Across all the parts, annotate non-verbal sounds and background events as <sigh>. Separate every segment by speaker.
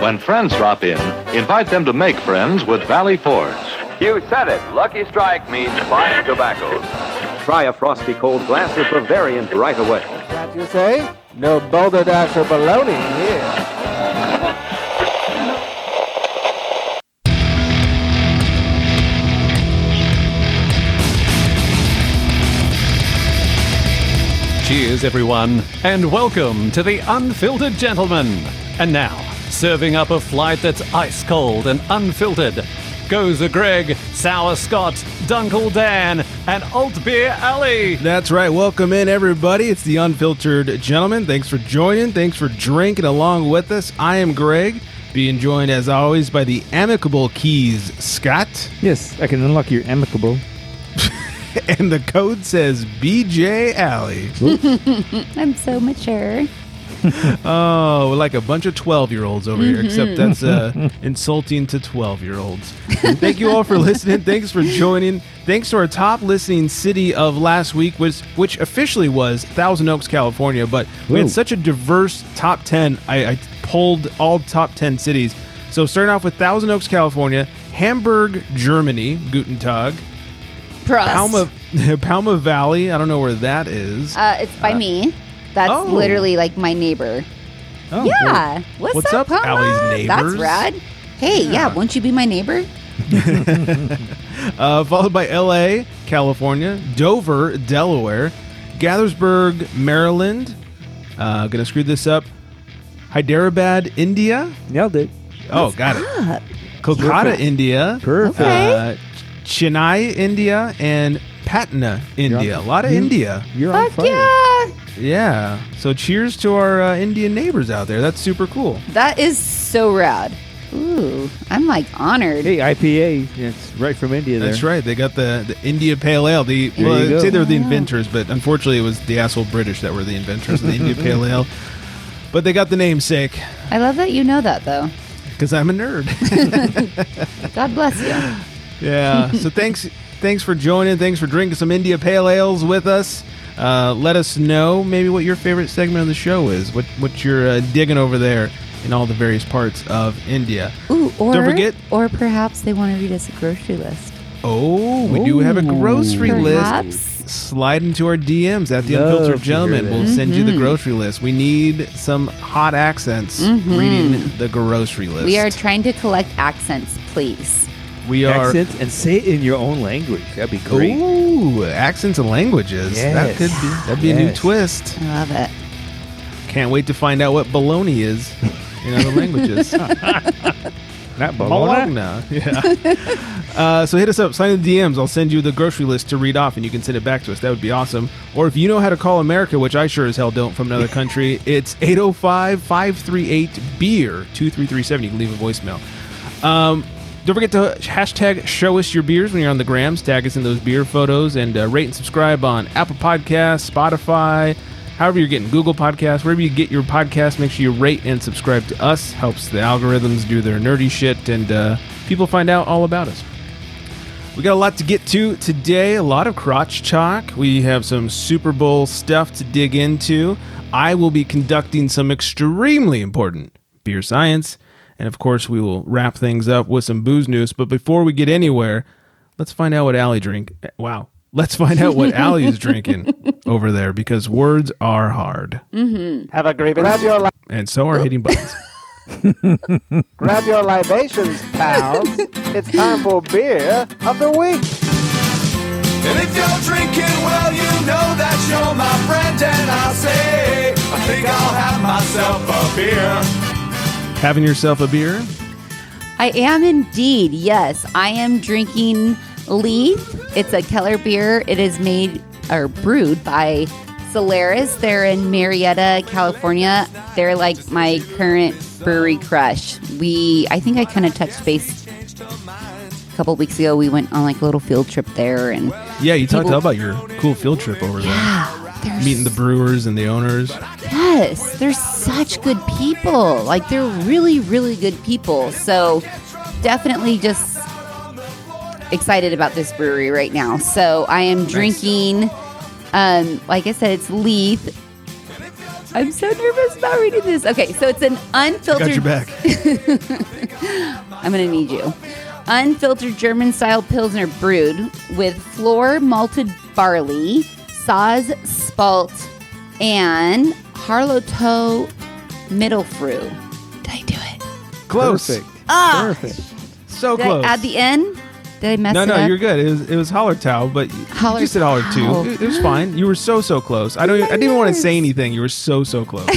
Speaker 1: When friends drop in, invite them to make friends with Valley Forge.
Speaker 2: You said it. Lucky Strike means fine tobaccos.
Speaker 3: Try a frosty cold glass of Bavarian right away.
Speaker 4: That you say? No balderdash or baloney here.
Speaker 5: Cheers, everyone, and welcome to The Unfiltered Gentleman. And now, serving up a flight that's ice cold and unfiltered, goes a Greg, Sour Scott, Dunkle Dan, and Alt Beer Alley.
Speaker 6: That's right. Welcome in, everybody. It's the Unfiltered Gentleman. Thanks for joining. Thanks for drinking along with us. I am Greg, being joined as always by the amicable Keys Scott,
Speaker 7: Yes, I can unlock your amicable.
Speaker 6: <laughs> and the code says BJ Alley.
Speaker 8: I'm so mature.
Speaker 6: Oh, we're like a bunch of 12 year olds over here, except that's uh, insulting to 12 year olds. Thank you all for listening. Thanks for joining. Thanks to our top listening city of last week, which, which officially was Thousand Oaks, California, but we
Speaker 7: Whoa.
Speaker 6: had such a diverse top 10. I, I pulled all top 10 cities. So starting off with Thousand Oaks, California, Hamburg, Germany, Guten Tag,
Speaker 8: Prost.
Speaker 6: Palma, <laughs> Palma Valley. I don't know where that is.
Speaker 8: Uh, it's by me. That's
Speaker 6: oh.
Speaker 8: literally like my neighbor.
Speaker 6: Oh,
Speaker 8: Uh, yeah. what's,
Speaker 6: what's up,
Speaker 8: Palma?
Speaker 6: Allie's neighbors?
Speaker 8: That's rad. Hey, yeah. won't you be my neighbor?
Speaker 6: uh, followed by L.A., California, Dover, Delaware, Gaithersburg, Maryland. Uh, gonna screw this up. Hyderabad, India.
Speaker 7: Nailed it.
Speaker 6: Oh, got it. Kolkata, India.
Speaker 7: Perfect.
Speaker 6: Uh, Chennai, India, and Patna, India. A lot of India.
Speaker 7: You're on fire.
Speaker 8: Fuck yeah.
Speaker 6: Yeah. So cheers to our uh, Indian neighbors out there. That's super cool.
Speaker 8: That is so rad. Ooh, I'm like honored.
Speaker 7: Hey, IPA. It's right from India there.
Speaker 6: That's right. They got the, the India Pale Ale. The,
Speaker 7: you
Speaker 6: well, I'd
Speaker 7: go.
Speaker 6: say they were the inventors, but unfortunately, it was the asshole British that were the inventors of the India
Speaker 7: <laughs>
Speaker 6: Pale Ale. But they got the namesake
Speaker 8: I love that you know that though.
Speaker 6: because I'm
Speaker 7: <laughs>
Speaker 6: a nerd.
Speaker 8: God bless you.
Speaker 6: <laughs> yeah. So thanks, thanks for joining. Thanks for drinking some India Pale Ales with us. Uh, let us know maybe what your favorite segment of the show is. What what you're uh, digging over there in all the various parts of India.
Speaker 8: Ooh, or
Speaker 6: Don't forget-
Speaker 8: or perhaps they want to read us a grocery list.
Speaker 6: Oh, we do have a grocery
Speaker 8: Perhaps.
Speaker 6: list. Slide into our DMs at the
Speaker 7: Love to
Speaker 6: Unfiltered
Speaker 7: hear
Speaker 6: Gentleman.
Speaker 7: that.
Speaker 6: We'll send you the
Speaker 8: Mm-hmm.
Speaker 6: grocery list. We need some hot accents reading the grocery list.
Speaker 8: Mm-hmm. We are trying to collect accents, please.
Speaker 6: we are.
Speaker 7: Accents and say it in your own language. That'd be great.
Speaker 6: Ooh, accents and languages. That
Speaker 7: Yes.
Speaker 6: could be. That'd be a new
Speaker 7: Yes.
Speaker 6: twist.
Speaker 8: I love it.
Speaker 6: Can't wait to find out what baloney is
Speaker 7: <laughs>
Speaker 6: in other languages.
Speaker 7: Not
Speaker 6: Bologna.
Speaker 7: Bologna.
Speaker 6: Yeah. uh, so hit us up. Sign the DMs. I'll send you the grocery list to read off, and you can send it back to us. That would be awesome. Or if you know how to call America, which I sure as hell don't from another country, it's 805 538 beer 23370. You can leave a voicemail. Um, don't forget to hashtag show us your beers when you're on the grams. Tag us in those beer photos and uh, rate and subscribe on Apple Podcasts, Spotify, however you're getting Google Podcasts, wherever you get your podcast. Make sure you rate and subscribe to us. Helps the algorithms do their nerdy shit and uh, people find out all about us. We got a lot to get to today, a lot of crotch talk. We have some Super Bowl stuff to dig into. I will be conducting some extremely important beer science. And of course, we will wrap things up with some booze news. But before we get anywhere, let's find out what Allie drink. Wow. Let's find out what Allie is drinking over there because words are hard.
Speaker 4: Have a grievance. Grab your, li-
Speaker 6: And so are hitting
Speaker 4: <laughs>
Speaker 6: buttons.
Speaker 4: grab your libations, pals. it's time for beer of the week.
Speaker 2: And if you're drinking well, you know that you're my friend. And I say, I think I'll have myself a beer.
Speaker 6: Having yourself a beer?
Speaker 8: I am indeed. Yes, I am drinking Leaf. It's a Keller beer. It is made or brewed by Solaris. They're in Marietta, California. They're like my current brewery crush. We, I think I kind of touched base a couple weeks ago. We went on like a little field trip there, and <sighs> ah,
Speaker 6: Yeah, you talked
Speaker 8: People-
Speaker 6: about your cool field trip over there.
Speaker 8: they're
Speaker 6: Meeting the brewers and the owners.
Speaker 8: Yes, they're such good people. Like they're really, really good people. So definitely just excited about this brewery right now. So I am drinking um like I said, it's Leith I'm so nervous about reading this. Okay, so it's an unfiltered.
Speaker 6: Got your
Speaker 8: <laughs>
Speaker 6: back.
Speaker 8: I'm gonna need you. Unfiltered German style Pilsner brewed with flour malted barley, Saz Spalt, and Harlotow Middle Fruit. Did I do it?
Speaker 6: Close.
Speaker 7: Perfect.
Speaker 8: Ah!
Speaker 7: Perfect.
Speaker 6: So
Speaker 8: Did
Speaker 6: close.
Speaker 8: I add the N? Did I mess
Speaker 6: no,
Speaker 8: it
Speaker 6: no,
Speaker 8: up?
Speaker 6: you're good. It was, it was Hollertau, but you just said Hollertau.
Speaker 8: Hollertau.
Speaker 6: It, it was fine. You were so so close. I don't. I didn't even want to say anything. You were so so
Speaker 8: <laughs>
Speaker 6: close.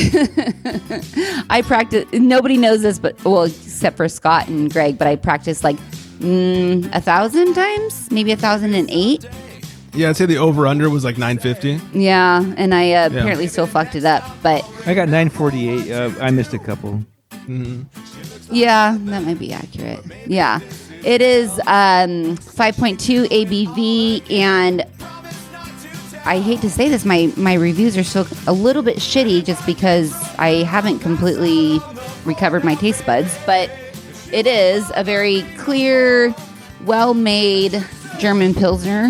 Speaker 8: I practice. Nobody knows this, but well, except for Scott and Greg. But I practiced like mm, a thousand times, maybe a thousand and eight.
Speaker 6: yeah, I'd say the over under was like 950.
Speaker 8: Mm-hmm. Yeah, and I uh, apparently still fucked it up. But
Speaker 7: I got 948. Uh, I missed a couple.
Speaker 8: yeah, that might be accurate. Yeah, it is um, five point two ABV, and I hate to say this, my my reviews are still a little bit shitty just because I haven't completely recovered my taste buds, but it is a very clear, well-made German pilsner.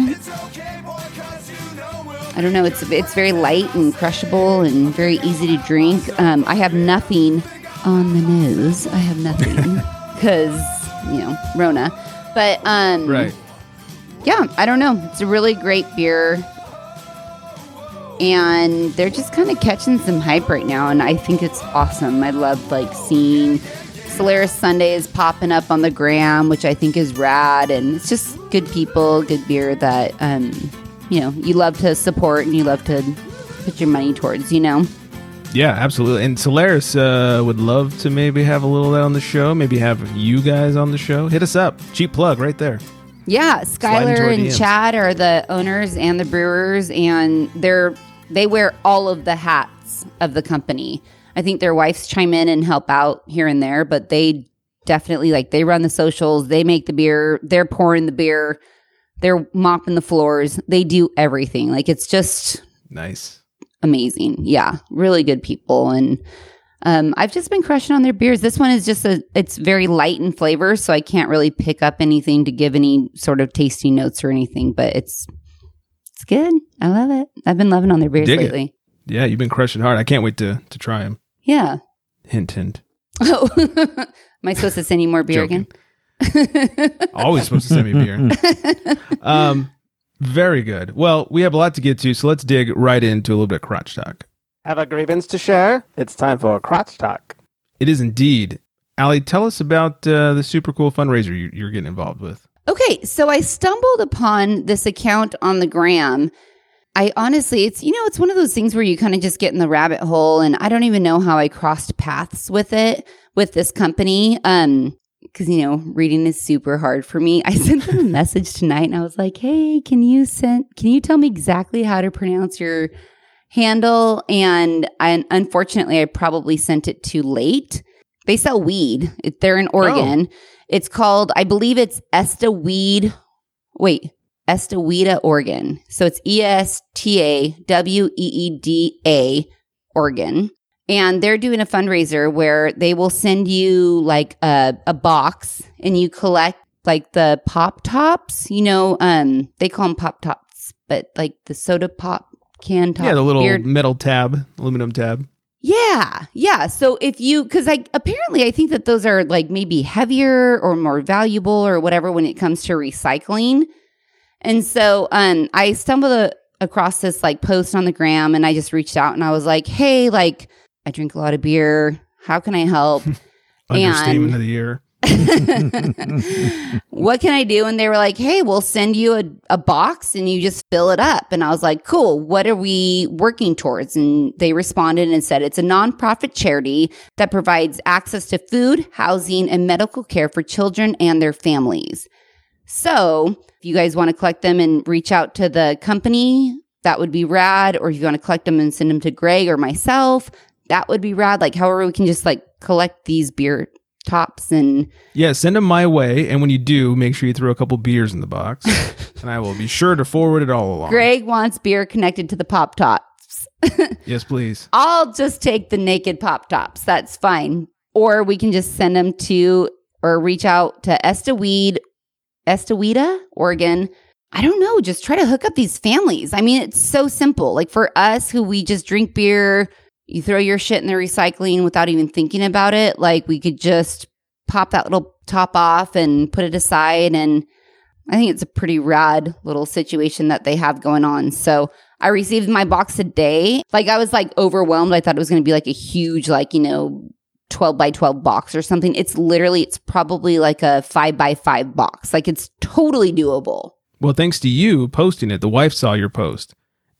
Speaker 8: I don't know. It's it's very light and crushable and very easy to drink. Um, I have nothing on the nose. I have nothing because you know Rona, but um,
Speaker 6: Right.
Speaker 8: yeah, I don't know. It's a really great beer. And they're just kind of catching some hype right now, and I think it's awesome. I love like seeing Solaris Sundays popping up on the gram, which I think is rad. And it's just good people, good beer that um, you know you love to support and you love to put your money towards. You know,
Speaker 6: Yeah, absolutely. And Solaris uh, would love to maybe have a little of that on the show. Maybe have you guys on the show. Hit us up. Cheap plug right there.
Speaker 8: Yeah,
Speaker 6: into our
Speaker 8: Skylar and
Speaker 6: DMs.
Speaker 8: Chad are the owners and the brewers, and they're they wear all of the hats of the company. I think their wives chime in and help out here and there, but they definitely like they run the socials, they make the beer, they're pouring the beer, they're mopping the floors, they do everything. Like it's just
Speaker 6: Nice.
Speaker 8: amazing. Yeah, really good people. And um, I've just been crushing on their beers. This one is just a, it's very light in flavor, so I can't really pick up anything to give any sort of tasty notes or anything. But it's it's good. I love it. I've been loving on their beers
Speaker 6: Dig it.
Speaker 8: lately.
Speaker 6: Yeah, you've been crushing hard. I can't wait to to try them.
Speaker 8: Yeah. <laughs>
Speaker 6: Hint, hint.
Speaker 8: Oh, <laughs> am I supposed to send you more beer again?
Speaker 6: Always supposed to send me beer. um, very good. Well, we have a lot to get to, so let's dig right into a little bit of crotch talk.
Speaker 4: Have a grievance to share? It's time for a crotch talk.
Speaker 6: It is indeed. Allie, tell us about uh, the super cool fundraiser you, you're getting involved with.
Speaker 8: Okay, so I stumbled upon this account on the gram. I honestly, it's you know, it's one of those things where you kind of just get in the rabbit hole, and I don't even know how I crossed paths with it with this company. Um, because you know, reading is super hard for me. <laughs> I sent them a message tonight, and I was like, "Hey, can you send? Can you tell me exactly how to pronounce your handle?" And and unfortunately, I probably sent it too late. They sell weed. It- They're in Oregon. It's called, I believe it's Esta Weed. Wait, Estawida, Oregon. So it's E S T A W E E D A, Oregon. And they're doing a fundraiser where they will send you like a, a box and you collect like the pop tops, you know, um, they call them pop tops, but like the soda pop can top.
Speaker 6: yeah, the little
Speaker 8: beer
Speaker 6: metal tab, aluminum tab.
Speaker 8: yeah, yeah. So if you, because I apparently I think that those are like maybe heavier or more valuable or whatever when it comes to recycling. And so um, I stumbled a- across this like post on the gram, and I just reached out and I was like, "Hey, like I drink a lot of beer. How can I help?"
Speaker 6: Understatement of the year.
Speaker 8: what can I do? And they were like, hey, we'll send you a, a box and you just fill it up. And I was like, cool, what are we working towards? And they responded and said, it's a nonprofit charity that provides access to food, housing, and medical care for children and their families. So if you guys want to collect them and reach out to the company, that would be rad. Or if you want to collect them and send them to Greg or myself, that would be rad. Like, however, we can just like collect these beer tops and
Speaker 6: Yeah, send them my way, and when you do, make sure you throw a couple beers in the box, and I will be sure to forward it all along.
Speaker 8: Greg wants beer connected to the pop tops.
Speaker 6: Yes, please.
Speaker 8: I'll just take the naked pop tops. That's fine. Or we can just send them to or reach out to Estaweed, Estawida, Oregon. I don't know. Just try to hook up these families. I mean, it's so simple. Like for us who we just drink beer, you throw your shit in the recycling without even thinking about it. Like we could just pop that little top off and put it aside. And I think it's a pretty rad little situation that they have going on. So I received my box today. Like I was like overwhelmed. I thought it was going to be like a huge, like, you know, 12 by 12 box or something. It's literally, it's probably like a five by five box. Like it's totally doable.
Speaker 6: Well, thanks to you posting it, the wife saw your post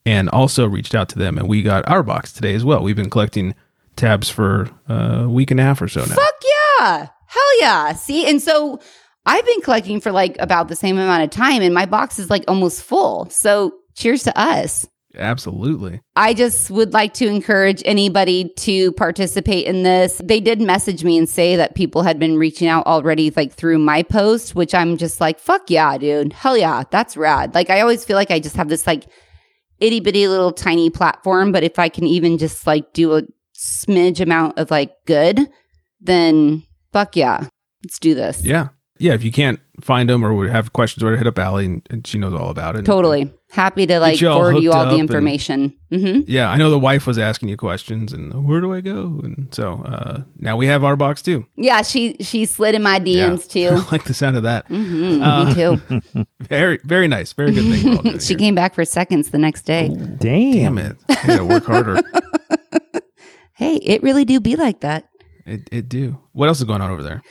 Speaker 6: and also reached out to them, and we got our box today as well. We've been collecting tabs for uh, a week and a half or so now.
Speaker 8: Fuck yeah. Hell yeah. See? And so I've been collecting for like about the same amount of time and my box is like almost full. So cheers to us.
Speaker 6: Absolutely.
Speaker 8: I just would like to encourage anybody to participate in this. They did message me and say that people had been reaching out already, like through my post, which I'm just like, fuck yeah, dude. Hell yeah. That's rad. Like, I always feel like I just have this like itty bitty little tiny platform, but if I can even just like do a smidge amount of like good, then fuck yeah. Let's do this.
Speaker 6: Yeah. Yeah. If you can't find them or would have questions, or hit up Allie, and, and she knows all about it.
Speaker 8: Totally. Happy to like
Speaker 6: you all
Speaker 8: forward you
Speaker 6: hooked
Speaker 8: all
Speaker 6: up
Speaker 8: the
Speaker 6: and-
Speaker 8: information. hmm
Speaker 6: Yeah. I know the wife was asking you questions, and where do I go? And so uh, now we have our box too. <laughs>
Speaker 8: Yeah, she she slid in my DMs too.
Speaker 6: I like the sound of that.
Speaker 8: hmm
Speaker 6: Uh,
Speaker 8: me too.
Speaker 6: Very, very nice. Very good thing. we're all doing
Speaker 8: <laughs> she
Speaker 6: here.
Speaker 8: came back for seconds the next day.
Speaker 7: Damn.
Speaker 6: Damn it. I gotta work
Speaker 8: <laughs>
Speaker 6: harder.
Speaker 8: Hey, it really do be like that.
Speaker 6: it, it do. What else is going on over there?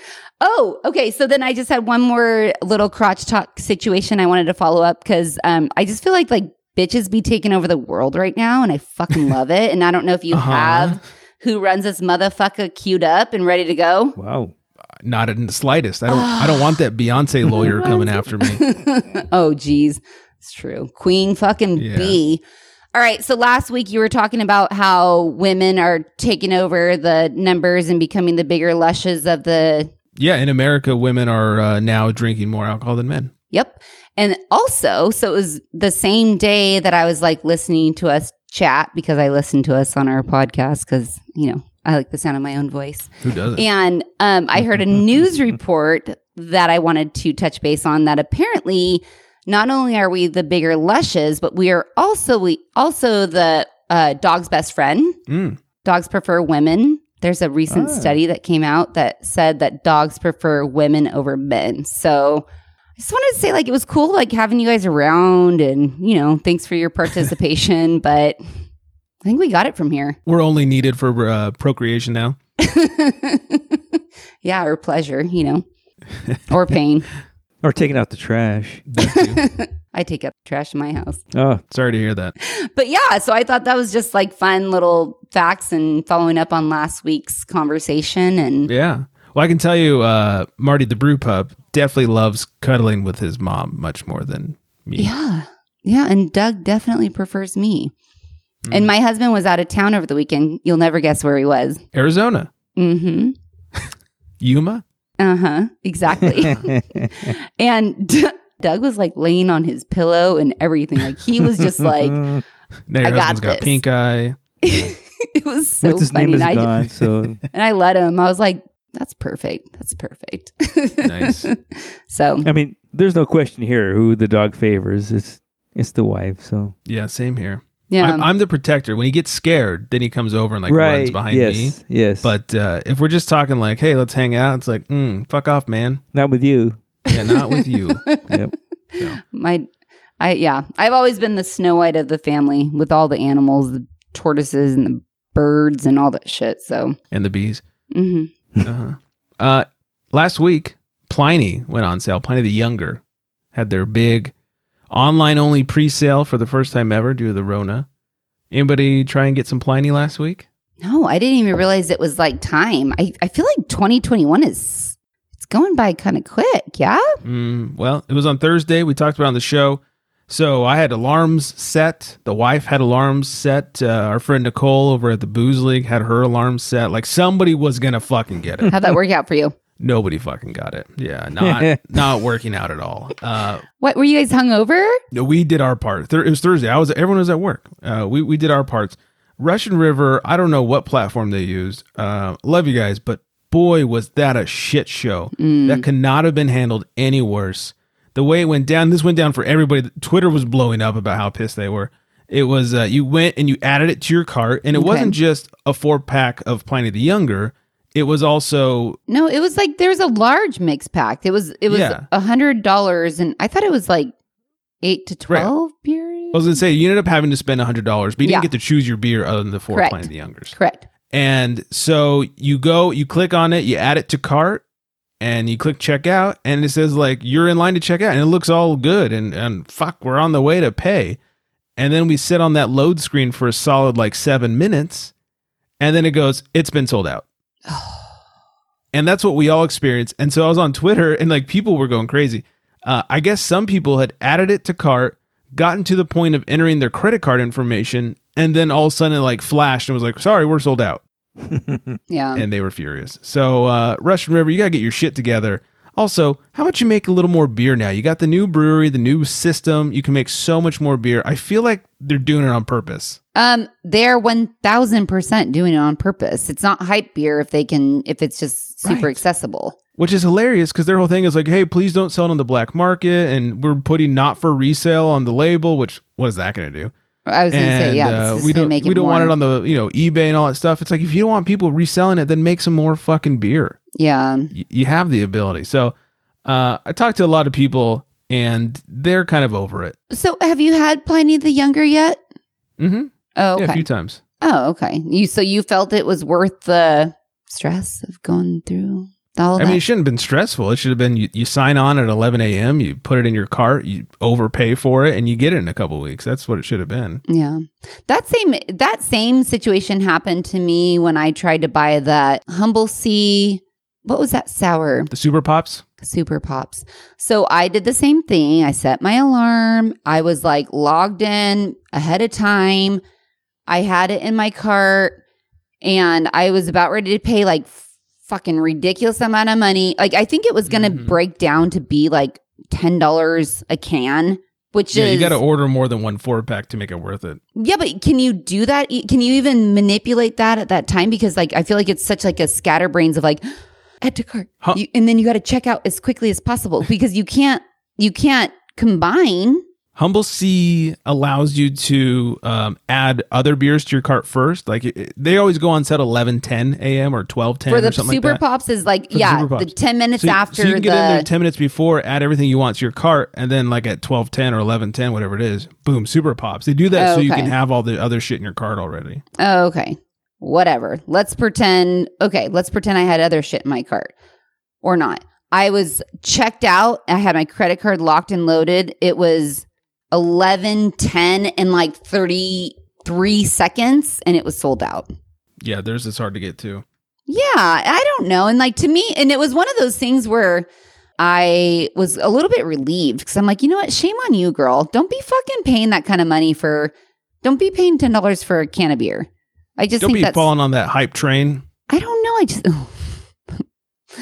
Speaker 8: Oh, okay. So then I just had one more little crotch talk situation I wanted to follow up because um, I just feel like like bitches be taking over the world right now, and I <laughs> fucking love it. And I don't know if you
Speaker 6: Uh-huh.
Speaker 8: have who runs this motherfucker queued up and ready to go. <laughs>
Speaker 7: Wow.
Speaker 6: Not in the slightest. I don't. I don't want that
Speaker 8: <sighs>
Speaker 6: Beyonce lawyer coming after me.
Speaker 8: oh, geez. It's true. Queen fucking
Speaker 6: Yeah.
Speaker 8: B. All right. So last week you were talking about how women are taking over the numbers and becoming the bigger lushes of the.
Speaker 6: Yeah, in America, women are uh, now drinking more alcohol than men.
Speaker 8: Yep. And also, so it was the same day that I was like listening to us chat because I listened to us on our podcast because, you know, I like the sound of my own voice.
Speaker 6: Who doesn't?
Speaker 8: And um, I heard a news report that I wanted to touch base on that apparently not only are we the bigger lushes, but we are also we also the uh, dog's best friend.
Speaker 6: Mm.
Speaker 8: Dogs prefer women. There's a recent study that came out that said that dogs prefer women over men. So I just wanted to say like it was cool like having you guys around and you know thanks for your participation, but I think we got it from here.
Speaker 6: We're only needed for uh, procreation now.
Speaker 8: yeah, or pleasure, you know, or pain.
Speaker 7: Or taking out the
Speaker 6: <laughs>
Speaker 7: trash.
Speaker 6: That too.
Speaker 8: I take up trash in my house. <laughs>
Speaker 7: Oh,
Speaker 6: Sorry to hear that.
Speaker 8: But yeah, so I thought that was just like fun little facts and following up on last week's conversation. And
Speaker 6: Yeah. Well, I can tell you, uh, Marty the brew pup definitely loves cuddling with his mom much more than me.
Speaker 8: yeah, yeah. And Doug definitely prefers me.
Speaker 7: Mm-hmm.
Speaker 8: And my husband was out of town over the weekend. You'll never guess where he was.
Speaker 6: Arizona,
Speaker 8: Mm hmm.
Speaker 6: Yuma.
Speaker 8: Uh huh.
Speaker 7: <laughs>
Speaker 8: Exactly. <laughs> and <laughs> D- Doug was like laying on his pillow and everything. Like he was
Speaker 7: <laughs>
Speaker 8: just like, <laughs>
Speaker 6: Now your
Speaker 8: I got
Speaker 6: husband's got
Speaker 8: this.
Speaker 6: pink eye.
Speaker 8: it was so
Speaker 7: what's his
Speaker 8: funny.
Speaker 7: name is
Speaker 8: and I just-
Speaker 7: gone. So
Speaker 8: <laughs> And I let him. I was like, that's perfect. That's perfect.
Speaker 6: Nice.
Speaker 8: <laughs> So,
Speaker 7: I mean, there's no question here who the dog favors. It's it's the wife. So
Speaker 6: Yeah, same here.
Speaker 8: yeah.
Speaker 6: I'm, I'm the protector. When he gets scared, then he comes over and like runs behind
Speaker 7: yes.
Speaker 6: me.
Speaker 7: Yes.
Speaker 6: But uh, if we're just talking like, hey, let's hang out, it's like, mm, fuck off, man.
Speaker 7: not with you.
Speaker 6: Yeah, not with you.
Speaker 7: Yep.
Speaker 8: my, I, yeah. I've always been the Snow White of the family with all the animals, the tortoises and the birds and all that shit. So,
Speaker 6: and the bees.
Speaker 8: hmm
Speaker 6: Uh-huh. Uh, last week, Pliny went on sale. Pliny the Younger had their big online only pre sale for the first time ever due to the Rona. Anybody try and get some Pliny last week?
Speaker 8: no, I didn't even realize it was like time. I, I feel like 2021 is, it's going by kind of quick. Yeah.
Speaker 6: Mm, well, it was on Thursday. We talked about it on the show. So I had alarms set. The wife had alarms set. Uh, our friend Nicole over at the Booze League had her alarm set. Like somebody was going to fucking get
Speaker 8: <laughs>
Speaker 6: it. <laughs>
Speaker 8: How'd that work out for you?
Speaker 6: Nobody fucking got it. Yeah, not not working out at all. Uh,
Speaker 8: What were you guys hungover?
Speaker 6: No, we did our part. Thur- it was Thursday. I was everyone was at work. Uh, we we did our parts. Russian River. I don't know what platform they used. Uh, love you guys, but boy was that a shit show.
Speaker 8: Mm.
Speaker 6: That could not have been handled any worse. The way it went down. This went down for everybody. Twitter was blowing up about how pissed they were. It was uh, you went and you added it to your cart, and it
Speaker 8: Okay.
Speaker 6: wasn't just a four pack of Pliny the Younger. It was also
Speaker 8: No, it was like there was a large mix pack. It was it was
Speaker 6: Yeah.
Speaker 8: a hundred dollars, and I thought it was like eight to
Speaker 6: Right.
Speaker 8: twelve beers.
Speaker 6: I was gonna say you ended up having to spend hundred dollars, but you
Speaker 8: Yeah.
Speaker 6: didn't get to choose your beer other than the four
Speaker 8: Correct.
Speaker 6: Pliny the Youngers.
Speaker 8: Correct.
Speaker 6: And so you go, you click on it, you add it to cart, and you click checkout, and it says like you're in line to check out, and it looks all good, and and fuck, we're on the way to pay, and then we sit on that load screen for a solid like seven minutes, and then it goes, it's been sold out. And that's what we all experienced. And so I was on Twitter and like people were going crazy. Uh, I guess some people had added it to cart, gotten to the point of entering their credit card information, and then all of a sudden it like flashed and was like, sorry, we're sold out
Speaker 8: Yeah.
Speaker 6: and they were furious. So, uh, Russian River, you gotta get your shit together. Also, how about you make a little more beer now? You got the new brewery, the new system. You can make so much more beer. I feel like they're doing it on purpose.
Speaker 8: Um, they're one thousand percent doing it on purpose. It's not hype beer if they can if it's just super
Speaker 6: Right.
Speaker 8: accessible.
Speaker 6: Which is hilarious because their whole thing is like, hey, please don't sell it on the black market, and we're putting not for resale on the label. Which what is that going to do?
Speaker 8: I was gonna say,
Speaker 6: And,
Speaker 8: yeah,
Speaker 6: uh,
Speaker 8: this is
Speaker 6: we
Speaker 8: gonna
Speaker 6: don't
Speaker 8: make
Speaker 6: we don't want
Speaker 8: more-
Speaker 6: it on the you know eBay and all that stuff. It's like if you don't want people reselling it, then make some more fucking beer.
Speaker 8: Yeah.
Speaker 6: y- you have the ability. So uh, I talked to a lot of people, and they're kind of over it.
Speaker 8: So have you had Pliny the Younger yet?
Speaker 6: Mm-hmm.
Speaker 8: Oh,
Speaker 6: Yeah, a
Speaker 8: okay.
Speaker 6: few times.
Speaker 8: oh, okay. You so you felt it was worth the stress of going through all
Speaker 6: I
Speaker 8: that.
Speaker 6: mean, it shouldn't have been stressful. It should have been you, you sign on at 11 a.m., you put it in your cart, you overpay for it, and you get it in a couple weeks. That's what it should have been.
Speaker 8: Yeah. That same that same situation happened to me when I tried to buy that Humble Sea what was that sour
Speaker 6: The Super Pops.
Speaker 8: super pops? So I did the same thing. I set my alarm. I was like logged in ahead of time. I had it in my cart and I was about ready to pay like fucking ridiculous amount of money. Like I think it was going to
Speaker 6: Mhm.
Speaker 8: break down to be like $10 a can, which
Speaker 6: Yeah,
Speaker 8: is
Speaker 6: you got to order more than one four pack to make it worth it.
Speaker 8: yeah, but can you do that? E- Can you even manipulate that at that time? Because like I feel like it's such like a scatterbrains of like add to cart,
Speaker 6: Huh.
Speaker 8: You- and then you got to check out as quickly
Speaker 6: <laughs>
Speaker 8: as possible because you can't you can't combine.
Speaker 6: Humble C allows you to um, add other beers to your cart first. Like it- it- they always go on set 11, 10 a.m. or 12, 10
Speaker 8: For
Speaker 6: or
Speaker 8: the
Speaker 6: something
Speaker 8: super
Speaker 6: like that.
Speaker 8: pops is like
Speaker 6: For the
Speaker 8: yeah,
Speaker 6: Super
Speaker 8: the,
Speaker 6: Pops.
Speaker 8: ten minutes
Speaker 6: so you,
Speaker 8: after
Speaker 6: so you can get in there
Speaker 8: the
Speaker 6: 10 minutes before add everything you want to your cart and then like at 12.10 or 11.10 whatever it is boom super pops they do that so you
Speaker 8: Okay.
Speaker 6: can have all the other shit in your cart already
Speaker 8: Oh, okay. Whatever. Let's pretend. Okay. Let's pretend I had other shit in my cart or not. I was checked out. I had my credit card locked and loaded. It was 11, 10 and like 33 seconds and it was sold out.
Speaker 6: yeah there's it's hard to get to
Speaker 8: Yeah, I don't know. And like to me, and it was one of those things where I was a little bit relieved because I'm like, you know what? Shame on you, girl. Don't be fucking paying that kind of money for, don't be paying $10 for a can of beer. I just
Speaker 6: don't
Speaker 8: think
Speaker 6: be
Speaker 8: that's,
Speaker 6: falling on that hype train
Speaker 8: I don't know. I just <laughs>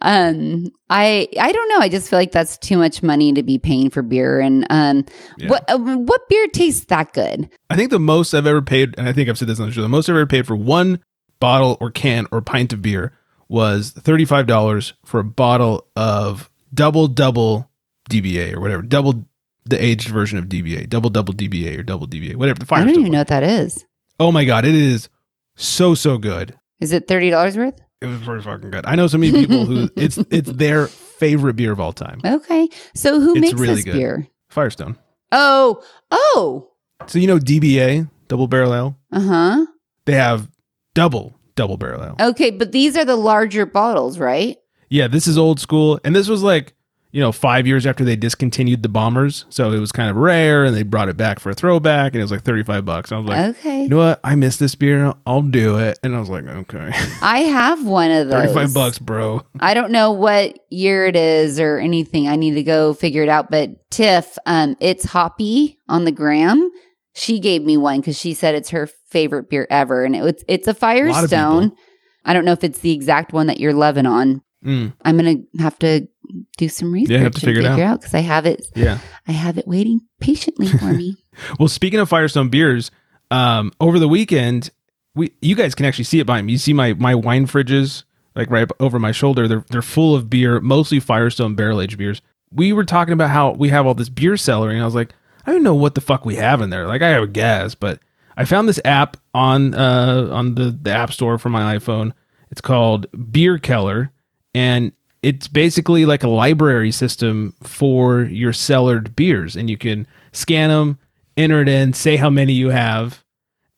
Speaker 8: um I I don't know. I just feel like that's too much money to be paying for beer and um
Speaker 6: Yeah.
Speaker 8: what uh, what beer tastes that good?
Speaker 6: i think the most i've ever paid and i think i've said this on the show the most i've ever paid for one bottle or can or pint of beer was $35 for a bottle of double double dba or whatever double the aged version of dba double double dba or double dba whatever the fire
Speaker 8: I don't
Speaker 6: still
Speaker 8: even know what that is.
Speaker 6: Oh my god, it is so so good.
Speaker 8: Is it $30 worth?
Speaker 6: It was pretty fucking good. I know so many people <laughs> who it's it's their favorite beer of all time.
Speaker 8: Okay. So who
Speaker 6: It's
Speaker 8: makes
Speaker 6: really
Speaker 8: this
Speaker 6: good.
Speaker 8: beer?
Speaker 6: Firestone.
Speaker 8: Oh, oh.
Speaker 6: So you know DBA, double barrel ale.
Speaker 8: Uh-huh.
Speaker 6: They have double double barrel ale.
Speaker 8: Okay, but these are the larger bottles, right?
Speaker 6: Yeah, this is old school, and this was like you know five years after they discontinued the bombers, so it was kind of rare, and they brought it back for a throwback, and it was like thirty five bucks. And I was like,
Speaker 8: okay.
Speaker 6: you know what? I miss this beer. I'll do it. And I was like, okay, <laughs>
Speaker 8: I have one of those.
Speaker 6: thirty five bucks, bro.
Speaker 8: I don't know what year it is or anything. I need to go figure it out. But Tiff, um, it's Hoppy on the gram. She gave me one because she said it's her favorite beer ever, and it was it's a
Speaker 6: of people.
Speaker 8: Firestone. I don't know if it's the exact one that you're loving on.
Speaker 6: Mm,
Speaker 8: I'm gonna have to do some research.
Speaker 6: have to figure it out.
Speaker 8: and figure out because I have it.
Speaker 6: yeah.
Speaker 8: I have it waiting patiently
Speaker 6: <laughs>
Speaker 8: for me.
Speaker 6: Well, speaking of Firestone beers, um, over the weekend, we you guys can actually see it behind me. You see my my wine fridges like right over my shoulder. They're they're full of beer, mostly Firestone barrel aged beers. We were talking about how we have all this beer celery, and I was like, I don't know what the fuck we have in there. Like I have a guess, but I found this app on uh on the, the app store for my iPhone. It's called Beer Keller, and it's basically like a library system for your cellared beers, and you can scan them, enter it in, say how many you have,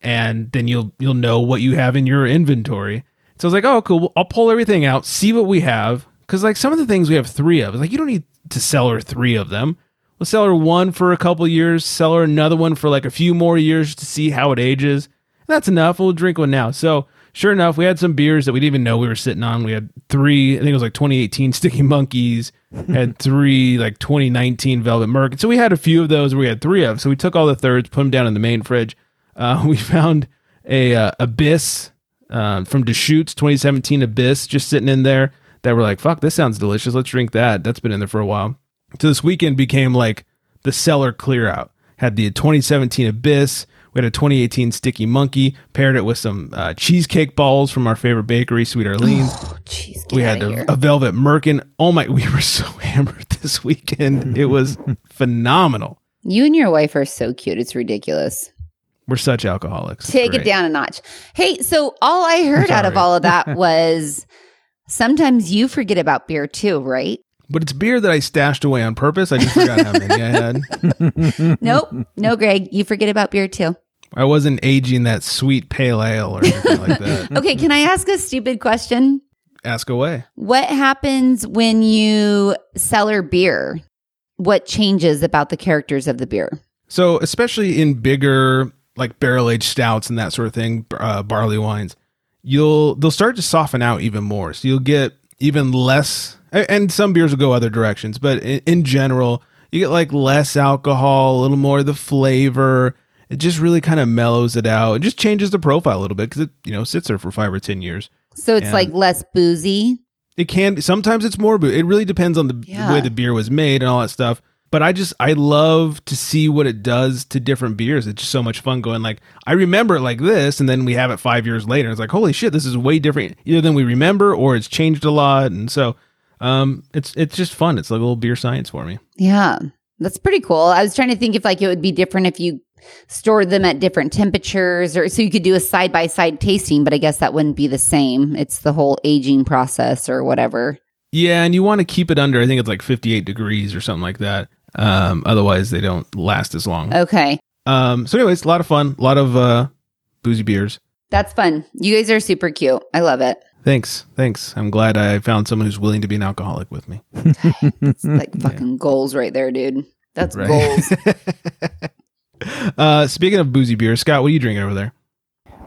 Speaker 6: and then you'll you'll know what you have in your inventory. So I was like, oh, cool. Well, I'll pull everything out, see what we have, because like some of the things we have three of. It's like you don't need to sell her three of them. We'll sell her one for a couple years, sell her another one for like a few more years to see how it ages. That's enough. We'll drink one now. So sure enough, we had some beers that we didn't even know we were sitting on. We had three, I think it was like 2018 Sticky Monkeys, had three like 2019 Velvet Merc. So we had a few of those. We had three of. So we took all the thirds, put them down in the main fridge. Uh, <laughs> we found a uh, Abyss um, from Deschutes 2017 Abyss just sitting in there that were like, fuck, this sounds delicious. Let's drink that. That's been in there for a while. So this weekend became like the cellar clear out. Had the 2017 Abyss. We had a 2018 Sticky Monkey. Paired it with some uh, cheesecake balls from our favorite bakery, Sweet Arlene's.
Speaker 8: Jeez,
Speaker 6: we had a, <laughs> a Velvet Merkin. Oh my, <laughs> we were so hammered this weekend. it was phenomenal.
Speaker 8: You and your wife are so cute. It's ridiculous.
Speaker 6: We're such alcoholics. It's
Speaker 8: Take
Speaker 6: great.
Speaker 8: it down a notch. Hey, so all I heard out of
Speaker 6: sorry.
Speaker 8: all
Speaker 6: <laughs>
Speaker 8: of that was sometimes you forget about beer too, right?
Speaker 6: But it's beer that I stashed away on purpose. I just forgot how many I
Speaker 8: <laughs>
Speaker 6: had.
Speaker 8: Nope. No, Greg, you forget about beer too.
Speaker 6: I wasn't aging that sweet pale ale or anything like that.
Speaker 8: Okay, can I ask a stupid question?
Speaker 6: Ask away.
Speaker 8: What happens when you cellar beer? What changes about the characters of the beer?
Speaker 6: So, especially in bigger like barrel aged stouts and that sort of thing, uh, barley wines, you'll they'll start to soften out even more. So you'll get even less, a- and some beers will go other directions, but in, in general, you get like less alcohol, a little more of the flavor. It just really kind of mellows it out. It just changes the profile a little bit because it you know sits there for five or ten years.
Speaker 8: So it's
Speaker 6: Yeah.
Speaker 8: like less boozy.
Speaker 6: It can sometimes it's more, but it really depends on the the
Speaker 8: Yeah.
Speaker 6: way the beer was made and all that stuff. But I just I love to see what it does to different beers. It's just so much fun going like I remember it like this, and then we have it five years later. It's like holy shit, this is way different either than we remember or it's changed a lot. And so um, it's it's just fun. It's like a little beer science for me.
Speaker 8: Yeah. That's pretty cool. I was trying to think if like it would be different if you stored them at different temperatures or so you could do a side by side tasting, but I guess that wouldn't be the same. It's the whole aging process or whatever.
Speaker 6: Yeah, and you want to keep it under I think it's like fifty eight degrees or something like that. Um, otherwise they don't last as long.
Speaker 8: Okay.
Speaker 6: Um, so anyways, a lot of fun, a lot of uh, boozy beers.
Speaker 8: That's fun. You guys are super cute. I
Speaker 6: <laughs>
Speaker 8: love it.
Speaker 6: Thanks. Thanks. I'm glad I found someone who's willing to be an alcoholic with me.
Speaker 8: It's like fucking goals right there, dude. That's
Speaker 6: Right. <laughs>
Speaker 8: goals.
Speaker 6: Uh, speaking of boozy beer, Scott, what are you drinking over there?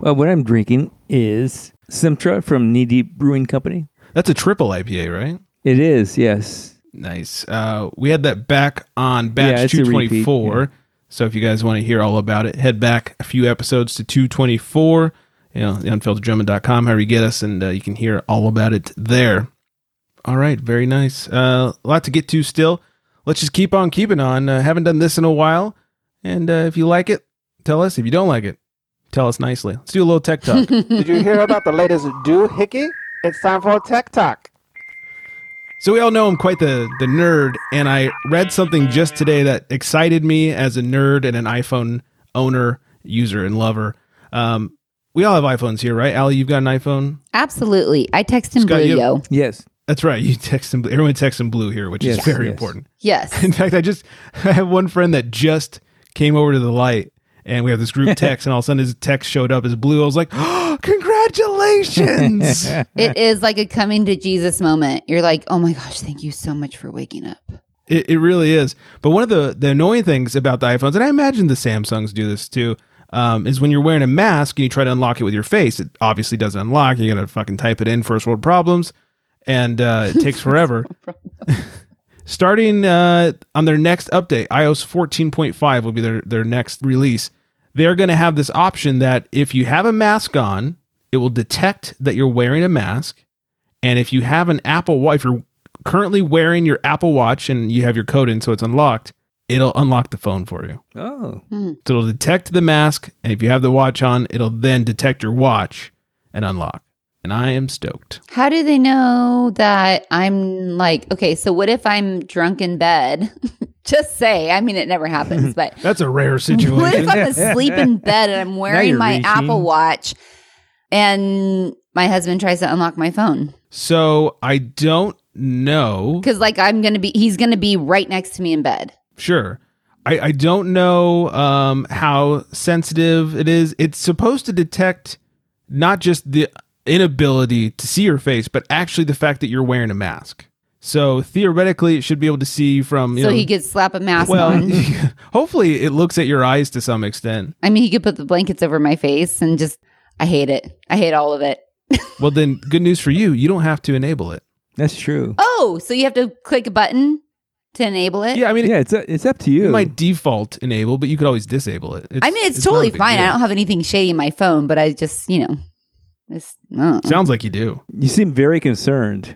Speaker 7: Well, Uh, what I'm drinking is Simtra from Knee Deep Brewing Company.
Speaker 6: That's a triple IPA, right?
Speaker 7: It is, yes.
Speaker 6: Nice. Uh, we had that back on batch
Speaker 7: Yeah, it's a repeat,
Speaker 6: 224. So if you guys want to hear all about it, head back a few episodes to 224, you know, unfilteredgentleman.com, however you get us, and uh, you can hear all about it there. All right, very nice. Uh, a lot to get to still. Let's just keep on keeping on. Uh, haven't done this in a while. And uh, if you like it, tell us. If you don't like it, tell us nicely. Let's do a little
Speaker 7: <laughs>
Speaker 6: tech talk.
Speaker 4: Did you hear about the latest doohickey? It's time for a tech talk.
Speaker 6: So we all know I'm quite the the nerd, and I read something just today that excited me as a nerd and an iPhone owner, user, and lover. Um, we all have iPhones here, right? Allie, you've got an iPhone.
Speaker 8: Absolutely. I text him
Speaker 6: Scott, you-
Speaker 8: Bruyo.
Speaker 7: Yes.
Speaker 6: That's right. <laughs> You text in blue. Everyone texts in blue here, which is
Speaker 7: Yes,
Speaker 6: very
Speaker 7: yes.
Speaker 6: important.
Speaker 8: Yes.
Speaker 6: <laughs> In fact, I just I have one friend that just came over to the light, and we have this
Speaker 7: <laughs>
Speaker 6: group text, and all of a sudden his text showed up as blue. I was like, <gasps> oh,
Speaker 7: <laughs>
Speaker 6: "Congratulations!"
Speaker 8: it is like a coming to Jesus moment. You're like, oh my gosh, thank you so much for waking up.
Speaker 6: It, it really is. But one of the, the annoying things about the iPhones, and I imagine the Samsungs do this too, um, is when you're wearing a mask and you try to unlock it with your face, it obviously doesn't unlock. You got to fucking type it in, first world problems, and uh, it takes forever. <laughs> Starting uh, on their next update, iOS 14.5 will be their, their next release. They're going to have this option that if you have a mask on, it will detect that you're wearing a mask. And if you have an Apple Watch, if you're currently wearing your Apple Watch and you have your code in, so it's unlocked, it'll unlock the phone for you.
Speaker 7: Oh.
Speaker 6: So it'll detect the mask, and if you have the watch on, it'll then detect your watch and unlock. And I am stoked.
Speaker 8: How do they know that I'm like, okay, so what if I'm drunk in bed? <laughs> Just say. I mean, it never happens, but
Speaker 6: That's a rare
Speaker 8: what
Speaker 6: situation.
Speaker 8: if I'm asleep in bed and I'm wearing
Speaker 7: you're
Speaker 8: my
Speaker 7: reaching.
Speaker 8: Apple Watch and my husband tries to unlock my phone?
Speaker 6: <laughs> so I don't know.
Speaker 8: Because, like, I'm going to be, he's going to be right next to me in bed.
Speaker 6: Sure. I, I don't know um, how sensitive it is. It's supposed to detect not just the inability to see your face, but actually the fact that you're wearing a mask. So theoretically, it should be able to see from you
Speaker 8: so
Speaker 6: know.
Speaker 8: he could slap a mask
Speaker 6: well, <laughs>
Speaker 8: on.
Speaker 6: hopefully, it looks at your eyes to some extent.
Speaker 8: I mean, he could put the blankets over my face and just, I hate it. I hate all of it.
Speaker 6: Well, then, good news for you. You don't have to enable it.
Speaker 7: That's true.
Speaker 8: Oh, so you have to click a button to enable it?
Speaker 6: Yeah, I mean,
Speaker 7: Yeah, it's uh, it's up to
Speaker 6: it
Speaker 7: you.
Speaker 6: might default enable, but you could always disable it.
Speaker 8: I mean, it's,
Speaker 6: not a
Speaker 8: totally
Speaker 6: big
Speaker 8: fine. I
Speaker 6: deal.
Speaker 8: don't have anything shady in my phone, but I just, you know, it's, I don't know.
Speaker 6: Sounds like you do.
Speaker 7: you seem very concerned,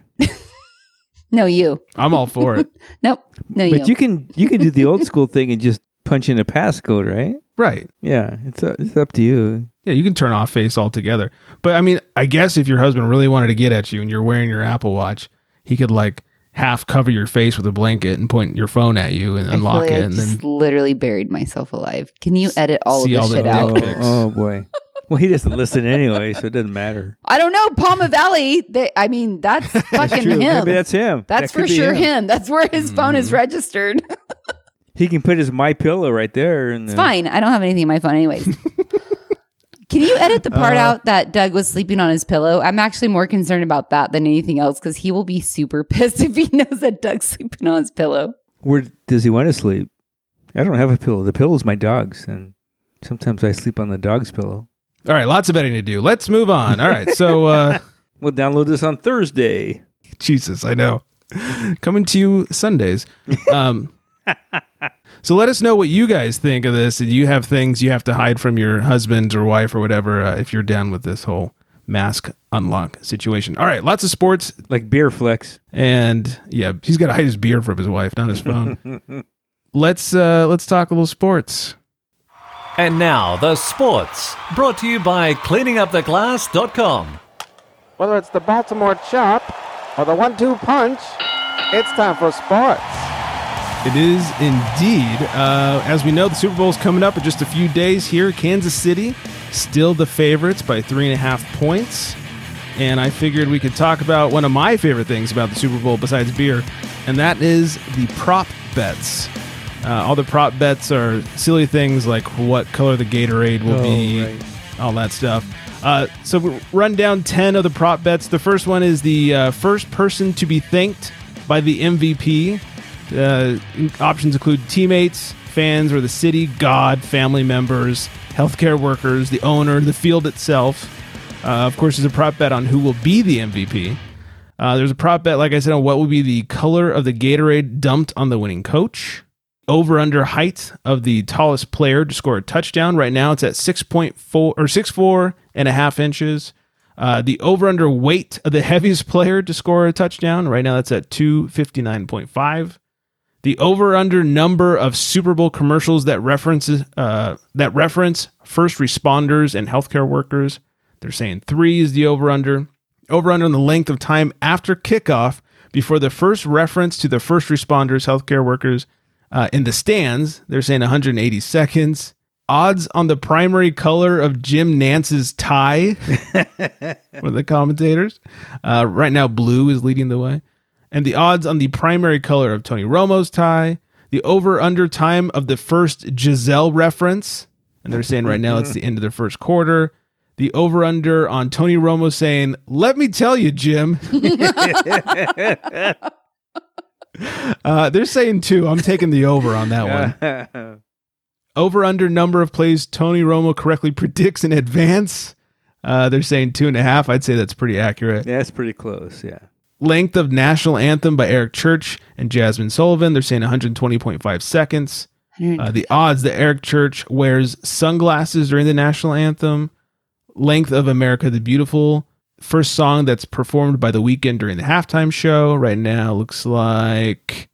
Speaker 8: no, you.
Speaker 6: I'm all for
Speaker 8: <laughs>
Speaker 6: it.
Speaker 8: Nope. No,
Speaker 7: but you can you can do the old school thing and just punch in a passcode, right?
Speaker 6: right.
Speaker 7: Yeah, it's uh, it's up to you.
Speaker 6: Yeah, you can turn off face altogether. But I mean, I guess if your husband really wanted to get at you and you're wearing your Apple Watch, he could like half cover your face with a blanket and point your phone at you and
Speaker 8: I feel
Speaker 6: unlock
Speaker 8: like
Speaker 6: it
Speaker 8: I
Speaker 6: and
Speaker 8: just
Speaker 6: then
Speaker 8: literally buried myself alive. Can you edit all of
Speaker 6: see
Speaker 8: this
Speaker 6: all the
Speaker 8: shit
Speaker 6: dick
Speaker 8: out?
Speaker 7: <laughs>
Speaker 6: pic-
Speaker 7: Oh,
Speaker 6: Picks.
Speaker 7: oh, boy. Well, he doesn't listen anyway, so it doesn't matter.
Speaker 8: I don't know. Palma Valley. They, I mean, that's fucking
Speaker 7: True.
Speaker 8: him.
Speaker 7: Maybe that's him.
Speaker 8: That's
Speaker 7: That could
Speaker 8: for
Speaker 7: be
Speaker 8: sure him. That's where his phone is registered.
Speaker 7: He can put his my pillow right there, and
Speaker 8: It's fine. I don't have anything in my phone, anyways. Can you edit the part out that Doug was sleeping on his pillow? I'm actually more concerned about that than anything else because he will be super <laughs> pissed if he knows that Doug's sleeping on his pillow.
Speaker 7: Where does he want to sleep? I don't have a pillow. The pillow's my dog's, and sometimes I sleep on the dog's pillow.
Speaker 6: All right, lots of betting to do. Let's move on. All right. So uh <laughs>
Speaker 7: We'll download this on Thursday.
Speaker 6: Jesus, I know. Coming to you Sundays. Um <laughs> So let us know what you guys think of this. Do you have things you have to hide from your husband or wife or whatever uh, if you're down with this whole mask unlock situation? All right, lots of sports
Speaker 7: Like beer flex.
Speaker 6: and yeah, he's got to hide his beard from his wife, not his phone.
Speaker 7: <laughs>
Speaker 6: let's uh let's talk a little sports.
Speaker 5: And now, the sports, brought to you by cleaninguptheglass.com.
Speaker 4: Whether it's the Baltimore chop or the one-two punch, it's time for sports.
Speaker 6: It is indeed. Uh, as we know, the Super Bowl's coming up in just a few days here. Kansas City, still the favorites by three and a half points. And I figured we could talk about one of my favorite things about the Super Bowl besides beer, and that is the prop bets. Uh, all the prop bets are silly things like what color the Gatorade will
Speaker 7: Oh,
Speaker 6: be,
Speaker 7: right.
Speaker 6: all that stuff. Uh, so we run down 10 of the prop bets. The first one is the uh, first person to be thanked by the MVP. Uh, in- options include teammates, fans, or the city, God, family members, healthcare workers, the owner, the field itself. Uh, of course, there's a prop bet on who will be the MVP. Uh, there's a prop bet, like I said, on what will be the color of the Gatorade dumped on the winning coach. Over under height of the tallest player to score a touchdown. Right now, it's at 6.4 or 64 and a half inches. Uh, the over under weight of the <laughs> heaviest player to score a touchdown. Right now, that's at 259.5. The over under number of Super Bowl commercials that references uh, that reference first responders and healthcare workers. They're saying three is the over under. Over under on the length of time after kickoff before the first reference to the first responders, healthcare workers uh, in the stands. They're saying 180 seconds. Odds on the primary color of Jim Nance's tie. One of the commentators. Uh, right now, blue is leading the way and the odds on the primary color of Tony Romo's tie, the over under time of the first Giselle reference, and they're saying right now it's the end of the first quarter, the over under on Tony Romo saying, Let me tell you, Jim. uh, they're saying two. I'm taking the over on that
Speaker 7: <laughs>
Speaker 6: one. Over under number of plays Tony Romo correctly <laughs> predicts in advance. Uh, they're saying two and a half. I'd say that's pretty accurate
Speaker 7: That's pretty close. Yeah.
Speaker 6: length of national anthem by Eric Church and Jasmine Sullivan. They're saying 120.5 seconds. Uh, the odds that Eric Church wears sunglasses during the national anthem. Length of America the Beautiful. First song that's performed by The Weeknd during the halftime show. Right now looks like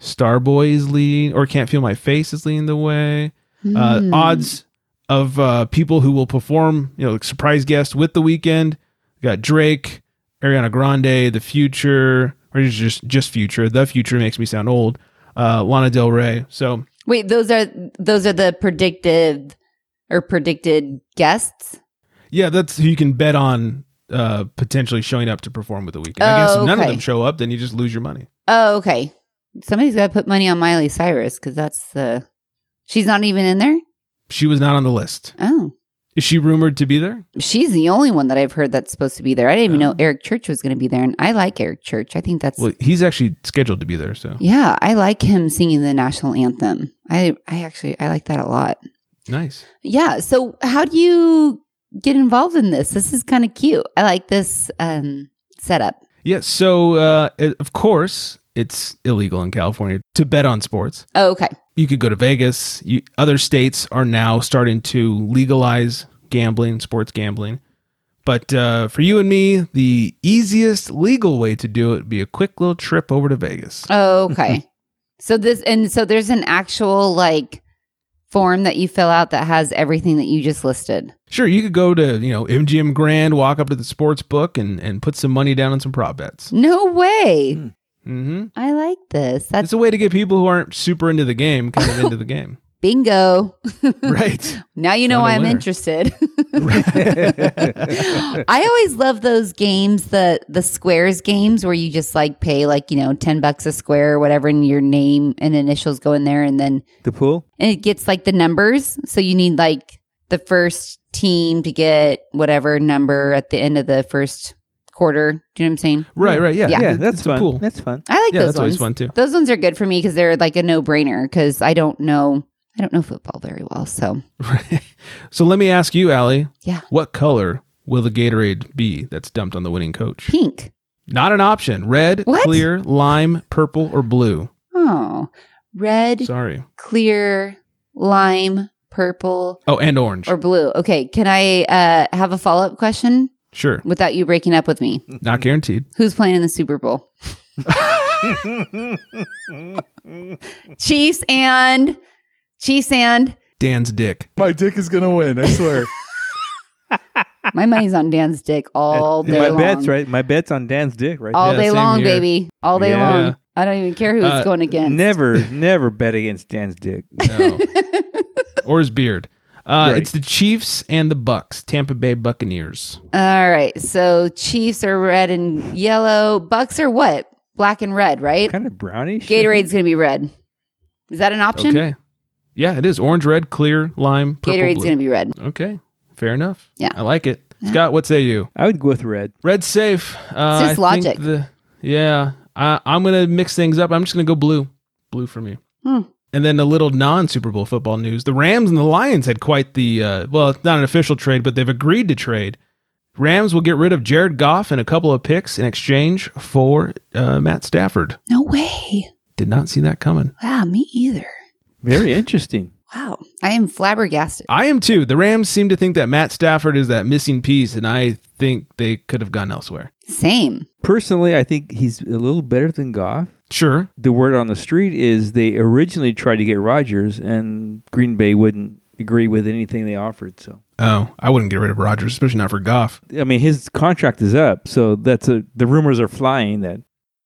Speaker 6: Starboy is leading, or Can't Feel My Face is leading the way. Uh, odds of uh, people who will perform, you know, like surprise guests with The Weeknd. We got Drake, Ariana Grande, The Future, or just just Future. The Future makes me sound old. uh, Lana Del Rey. So
Speaker 8: Wait, those are those are the predictive or predicted guests.
Speaker 6: yeah, that's who you can bet on uh, potentially showing up to perform with the weekend. I
Speaker 8: Oh,
Speaker 6: guess if none of
Speaker 8: okay.
Speaker 6: them show up, then you just lose your money.
Speaker 8: Oh, okay. Somebody's got to put money on Miley Cyrus because that's the. She's not even in there.
Speaker 6: She was not on the list.
Speaker 8: Oh,
Speaker 6: Is she rumored to be there?
Speaker 8: she's the only one that I've heard that's supposed to be there. I didn't even know Eric Church was going to be there, and I like Eric Church. I think that's
Speaker 6: Well, he's actually scheduled to be there. So
Speaker 8: yeah. I like him singing the national anthem. I I actually I like that a lot.
Speaker 6: nice.
Speaker 8: Yeah. So how do you get involved in this? This is kind of cute. I like this um setup.
Speaker 6: Yeah. So uh, it- of course it's illegal in California to bet on sports.
Speaker 8: Oh, okay.
Speaker 6: You could go to Vegas. You, other states are now starting to legalize gambling, sports gambling. But uh, for you and me, the easiest legal way to do it would be a quick little trip over to Vegas.
Speaker 8: Oh,
Speaker 6: Mm-hmm.
Speaker 8: okay. so this and so there's an actual like form that you fill out that has everything that you just listed.
Speaker 6: Sure, you could go to you know MGM Grand, walk up to the sports book, and and put some money down on some prop bets.
Speaker 8: No way.
Speaker 6: hmm
Speaker 8: I like this. That's
Speaker 6: It's a way to get people who aren't super into the game kind of into the
Speaker 8: <laughs>
Speaker 6: game,
Speaker 8: bingo.
Speaker 6: right?
Speaker 8: Now you know
Speaker 6: Found a
Speaker 8: why I'm
Speaker 6: winner. <laughs>
Speaker 8: interested. I always love those games, the the squares games where you just like pay like, you know, 10 bucks a square or whatever and your name and initials go in there and then
Speaker 7: The pool?
Speaker 8: and it gets like the numbers. So you need like the first team to get whatever number at the end of the first quarter. Do you know what I'm saying?
Speaker 6: Right, right, yeah,
Speaker 8: Yeah.
Speaker 7: Yeah,
Speaker 6: It-
Speaker 7: that's
Speaker 6: it's a
Speaker 7: fun.
Speaker 6: pool.
Speaker 7: That's fun.
Speaker 8: I like
Speaker 6: Yeah,
Speaker 8: those
Speaker 6: that's
Speaker 8: ones.
Speaker 6: always fun too.
Speaker 8: Those ones are good for me because they're like a no brainer because I don't know I don't know football very well. So
Speaker 6: Right. So let me ask you, Allie.
Speaker 8: Yeah.
Speaker 6: What color will the Gatorade be that's dumped on the winning coach?
Speaker 8: pink.
Speaker 6: Not an option. Red,
Speaker 8: What?
Speaker 6: clear, lime, purple, or blue.
Speaker 8: Oh. Red,
Speaker 6: Sorry.
Speaker 8: clear, lime, purple,
Speaker 6: Oh, and orange.
Speaker 8: or blue. Okay. Can I uh, have a follow up question
Speaker 6: sure.
Speaker 8: without you breaking up with me?
Speaker 6: Not guaranteed.
Speaker 8: Who's playing in the Super Bowl? Chiefs and Chiefs and
Speaker 6: Dan's dick.
Speaker 8: <laughs>
Speaker 9: My dick is gonna win. I swear.
Speaker 8: my money's on Dan's dick all day
Speaker 7: my
Speaker 8: long.
Speaker 7: bet's right. My bet's on Dan's dick right
Speaker 8: All
Speaker 6: Yeah,
Speaker 8: day
Speaker 6: same
Speaker 8: long,
Speaker 6: here.
Speaker 8: baby. All day
Speaker 7: Yeah.
Speaker 8: long. I don't even care who
Speaker 6: Uh,
Speaker 8: it's going
Speaker 7: there.
Speaker 8: against.
Speaker 7: Never, never bet against Dan's
Speaker 8: <laughs>
Speaker 7: dick.
Speaker 6: No. or his beard. Uh,
Speaker 9: Right.
Speaker 6: It's the Chiefs and the Bucks, Tampa Bay Buccaneers.
Speaker 8: All right. So Chiefs are red and yellow. Bucks are what? Black and red, right?
Speaker 7: Kind of brownish.
Speaker 8: Gatorade's gonna be red. Is that an option?
Speaker 6: Okay. Yeah, it is orange, red, clear, lime, purple.
Speaker 8: Gatorade's
Speaker 6: blue.
Speaker 8: gonna be red.
Speaker 6: Okay. Fair enough.
Speaker 8: Yeah.
Speaker 6: I like it. Scott, what say you?
Speaker 7: I would go with red.
Speaker 6: Red safe. Uh,
Speaker 8: It's just
Speaker 6: I think
Speaker 8: logic.
Speaker 6: the- yeah, I, I'm gonna mix things up. I'm just gonna go blue, blue for me.
Speaker 8: Hmm.
Speaker 6: And then a little non Super Bowl football news: the Rams and the Lions had quite the uh, well, it's not an official trade, but they've agreed to trade. Rams will get rid of Jared Goff and a couple of picks in exchange for uh, Matt Stafford.
Speaker 8: No way.
Speaker 6: Did not see that coming.
Speaker 8: Wow, me either.
Speaker 7: Very interesting.
Speaker 8: Wow. I am flabbergasted.
Speaker 6: I am too. The Rams seem to think that Matt Stafford is that missing piece, and I think they could have gone elsewhere.
Speaker 8: Same.
Speaker 7: Personally, I think he's a little better than Goff.
Speaker 6: Sure,
Speaker 7: The word on the street is they originally tried to get Rodgers, and Green Bay wouldn't agree with anything they offered. So,
Speaker 6: Oh, I wouldn't get rid of Rogers, especially not for Goff.
Speaker 7: I mean, his contract is up, so that's a the rumors are flying that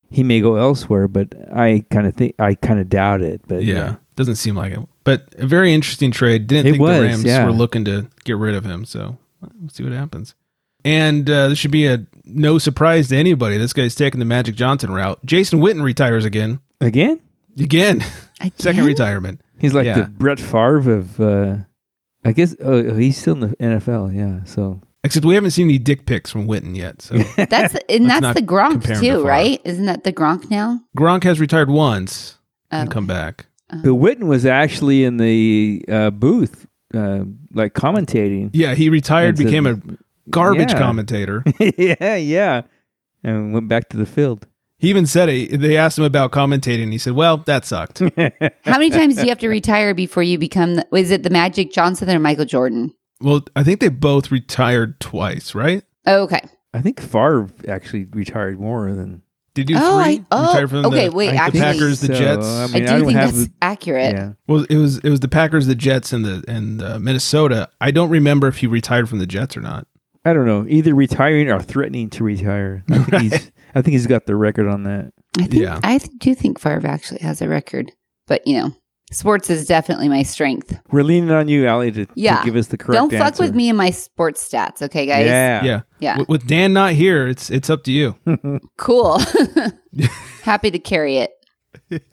Speaker 7: he may go elsewhere. But I kind of think I kind of doubt it. But
Speaker 6: Yeah, doesn't seem like it. But a very interesting trade. Didn't
Speaker 7: It
Speaker 6: think
Speaker 7: was,
Speaker 6: the Rams
Speaker 7: yeah.
Speaker 6: were looking to get rid of him. So we'll see what happens. And uh, this should be a no surprise to anybody. This guy's taking the Magic Johnson route. Jason Witten retires again.
Speaker 7: again,
Speaker 6: Again, <laughs> second
Speaker 8: Again?
Speaker 6: retirement.
Speaker 7: he's like
Speaker 6: Yeah.
Speaker 7: the Brett Favre of. Uh, I guess oh, he's still in the NFL. Yeah, so
Speaker 6: Except we haven't seen any dick pics from Witten yet.
Speaker 7: <laughs>
Speaker 6: So
Speaker 8: That's and
Speaker 6: Let's
Speaker 8: that's
Speaker 6: not
Speaker 8: the Gronk
Speaker 6: compare 'em to
Speaker 8: too,
Speaker 6: Favre.
Speaker 8: right? Isn't that the Gronk now?
Speaker 6: Gronk has retired once and
Speaker 8: Oh.
Speaker 6: come back.
Speaker 7: But Witten was actually in the uh, booth, uh, like commentating. <laughs>
Speaker 6: Yeah, he retired,
Speaker 7: It's a-
Speaker 6: became a garbage
Speaker 7: Yeah.
Speaker 6: commentator.
Speaker 7: yeah, yeah, and went back to the field.
Speaker 6: He even said it. They asked him about commentating. And he said, "Well,
Speaker 7: <laughs>
Speaker 6: that sucked."
Speaker 8: How many times do you have to retire before you become? The, is it the Magic Johnson or Michael Jordan?
Speaker 6: Well, I think they both retired twice, right?
Speaker 8: Oh, Okay.
Speaker 7: I think Favre actually retired more than.
Speaker 6: Did you
Speaker 8: Oh,
Speaker 6: three?
Speaker 8: I- oh,
Speaker 6: retired from
Speaker 8: okay,
Speaker 6: the,
Speaker 8: wait,
Speaker 6: the
Speaker 8: actually-
Speaker 6: Packers, the
Speaker 7: So, um,
Speaker 6: Jets.
Speaker 7: I
Speaker 8: I,
Speaker 7: mean,
Speaker 8: do
Speaker 7: don't
Speaker 8: think
Speaker 7: have
Speaker 8: that's
Speaker 7: the-
Speaker 8: accurate.
Speaker 7: Yeah,
Speaker 6: well, it was it was the Packers, the Jets, and the and uh, Minnesota. I don't remember if he retired from the Jets or not. <laughs>
Speaker 7: I don't know. Either retiring or threatening to retire. I think he's. I think he's got the record on that.
Speaker 8: I think
Speaker 6: Yeah.
Speaker 8: I th- do think Favre actually has a record, but you know, sports is definitely my strength.
Speaker 7: We're leaning on you, Allie, to, to
Speaker 8: Yeah.
Speaker 7: give us the correct
Speaker 8: Don't fuck
Speaker 7: answer.
Speaker 8: with me and my sports stats, okay, guys?
Speaker 7: Yeah.
Speaker 6: Yeah.
Speaker 8: Yeah.
Speaker 6: With, with Dan not here, it's it's up to you. <laughs>
Speaker 8: Cool. Happy to carry it.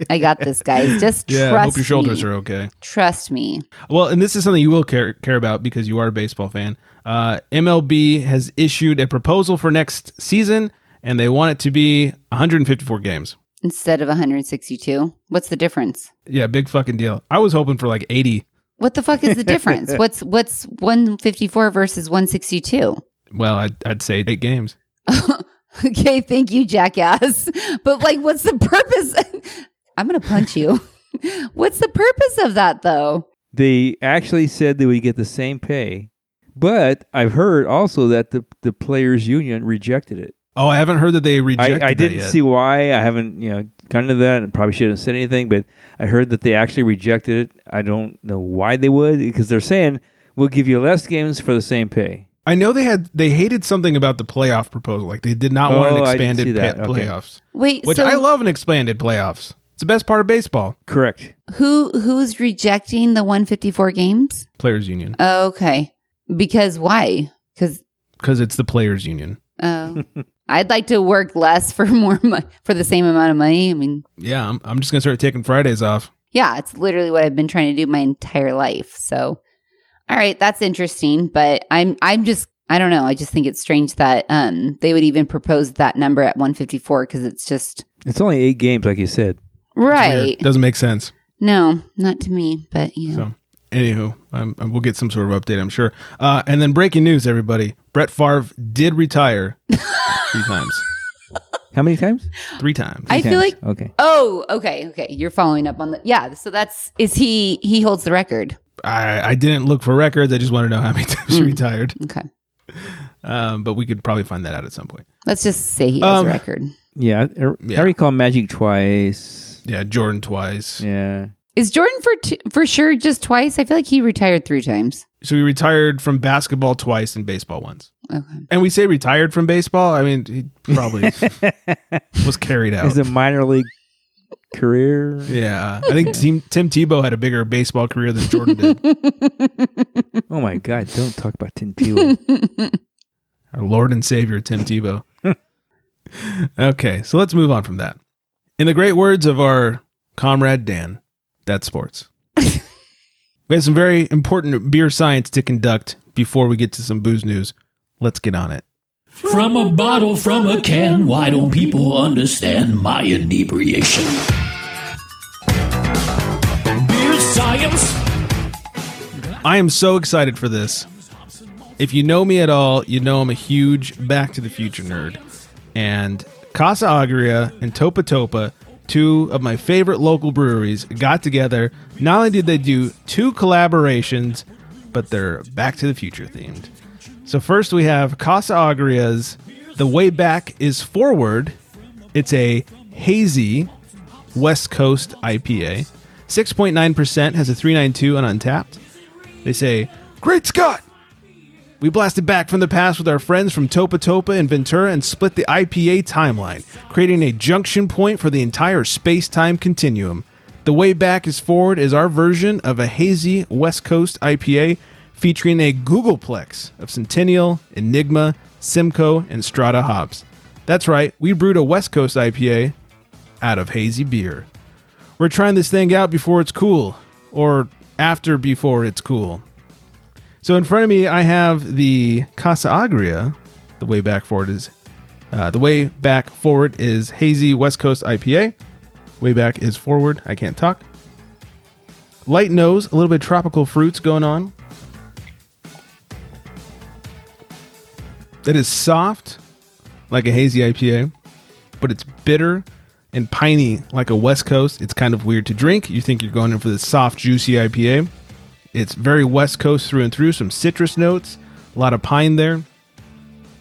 Speaker 8: I got this, guys. Just
Speaker 6: Yeah.
Speaker 8: trust
Speaker 6: I hope your shoulders
Speaker 8: me.
Speaker 6: are okay.
Speaker 8: Trust me.
Speaker 6: Well, and this is something you will care, care about because you are a baseball fan. Uh, MLB has issued a proposal for next season, and they want it to be 154 games.
Speaker 8: Instead of 162, what's the difference?
Speaker 6: Yeah, big fucking deal. I was hoping for like 80.
Speaker 8: What the fuck is
Speaker 6: <laughs>
Speaker 8: the difference? what's what's 154 versus 162?
Speaker 6: Well, I'd, I'd say eight games.
Speaker 8: <laughs> okay, thank you, jackass. But like, what's the purpose? <laughs> I'm gonna punch you. <laughs> what's the purpose of that though?
Speaker 7: They actually said that we get the same pay, but I've heard also that the, the players' union rejected it.
Speaker 6: Oh, I haven't heard that they rejected.
Speaker 7: I, I
Speaker 6: that
Speaker 7: didn't
Speaker 6: yet.
Speaker 7: see why. I haven't, you know, gone into that and probably shouldn't have said anything, but I heard that they actually rejected it. I don't know why they would because they're saying we'll give you less games for the same pay.
Speaker 6: I know they had they hated something about the playoff proposal. Like they did not want an
Speaker 7: Oh, I didn't see
Speaker 6: expanded
Speaker 7: that.
Speaker 6: pa-
Speaker 7: Okay.
Speaker 6: playoffs,
Speaker 8: Wait,
Speaker 6: which
Speaker 8: so
Speaker 6: I love an expanded playoffs. It's the best part of baseball.
Speaker 7: Correct.
Speaker 8: who who's rejecting the 154 games?
Speaker 6: Players union
Speaker 8: Okay, because why? Because
Speaker 6: because it's the players union. <laughs>
Speaker 8: oh, I'd like to work less for more money for the same amount of money. I mean,
Speaker 6: Yeah, I'm, I'm just gonna start taking Fridays off.
Speaker 8: yeah, it's literally what I've been trying to do my entire life. So, all right, that's interesting, but I'm I'm just I don't know. I just think it's strange that um they would even propose that number at 154 because it's just
Speaker 7: It's only eight games, like you said.
Speaker 8: right.
Speaker 6: Weird. doesn't make sense.
Speaker 8: No, not to me, but you know.
Speaker 6: So, anywho, I'm, i we'll get some sort of update, I'm sure. Uh, and then breaking news, everybody: Brett Favre did
Speaker 8: <laughs>
Speaker 6: retire three times.
Speaker 7: How many times?
Speaker 6: Three times.
Speaker 8: I feel
Speaker 7: Times.
Speaker 8: like
Speaker 7: okay.
Speaker 8: oh, okay, okay. You're following up on the yeah. So that's is he he holds the record.
Speaker 6: I, I didn't look for records. I just want to know how many <laughs> times he
Speaker 8: Hmm.
Speaker 6: retired.
Speaker 8: Okay,
Speaker 6: Um, but we could probably find that out at some point.
Speaker 8: let's just say he has
Speaker 6: Um,
Speaker 8: a record.
Speaker 7: Yeah, I, I
Speaker 6: Yeah.
Speaker 7: recall Magic twice.
Speaker 6: Yeah, Jordan twice.
Speaker 7: Yeah.
Speaker 8: Is Jordan for t- for sure just twice? I feel like he retired three times.
Speaker 6: So he retired from basketball twice and baseball once.
Speaker 8: Okay.
Speaker 6: And we say retired from baseball. I mean, he probably was carried out.
Speaker 7: As a minor league career.
Speaker 6: yeah, I think Tim, Tim Tebow had a bigger baseball career than Jordan did.
Speaker 7: Oh my God! Don't talk about Tim
Speaker 6: <laughs>
Speaker 7: Tebow.
Speaker 6: Our Lord and Savior, Tim Tebow. okay, so let's move on from that. In the great words of our comrade Dan, that's sports. we have some very important beer science to conduct before we get to some booze news. Let's get on it.
Speaker 10: From a bottle, from a can, why don't people understand my inebriation? Beer science!
Speaker 6: I am so excited for this. If you know me at all, you know I'm a huge Back to the Future nerd. And Casa Agria and Topa Topa, two of my favorite local breweries, got together. Not only did they do two collaborations, but they're Back to the Future themed. So first we have Casa Agria's The Way Back is Forward. It's a hazy West Coast IPA. 6.9% has a 392 on untapped. They say, Great Scott! We blasted back from the past with our friends from Topa Topa and Ventura and split the IPA timeline, creating a junction point for the entire space time continuum. The Way Back is Forward is our version of a hazy West Coast IPA featuring a Googleplex of Centennial, Enigma, Simcoe, and Strata hops. That's right, we brewed a West Coast IPA out of hazy beer. We're trying this thing out before it's cool, or after before it's cool. So in front of me, I have the Casa Agria. The way back forward is, uh, the way back forward is hazy West Coast IPA. Way back is forward. I can't talk. Light nose, a little bit of tropical fruits going on. It is soft, like a hazy IPA, but it's bitter and piney like a West Coast. It's kind of weird to drink. You think you're going in for this soft, juicy IPA. It's very West Coast through and through, some citrus notes, a lot of pine there.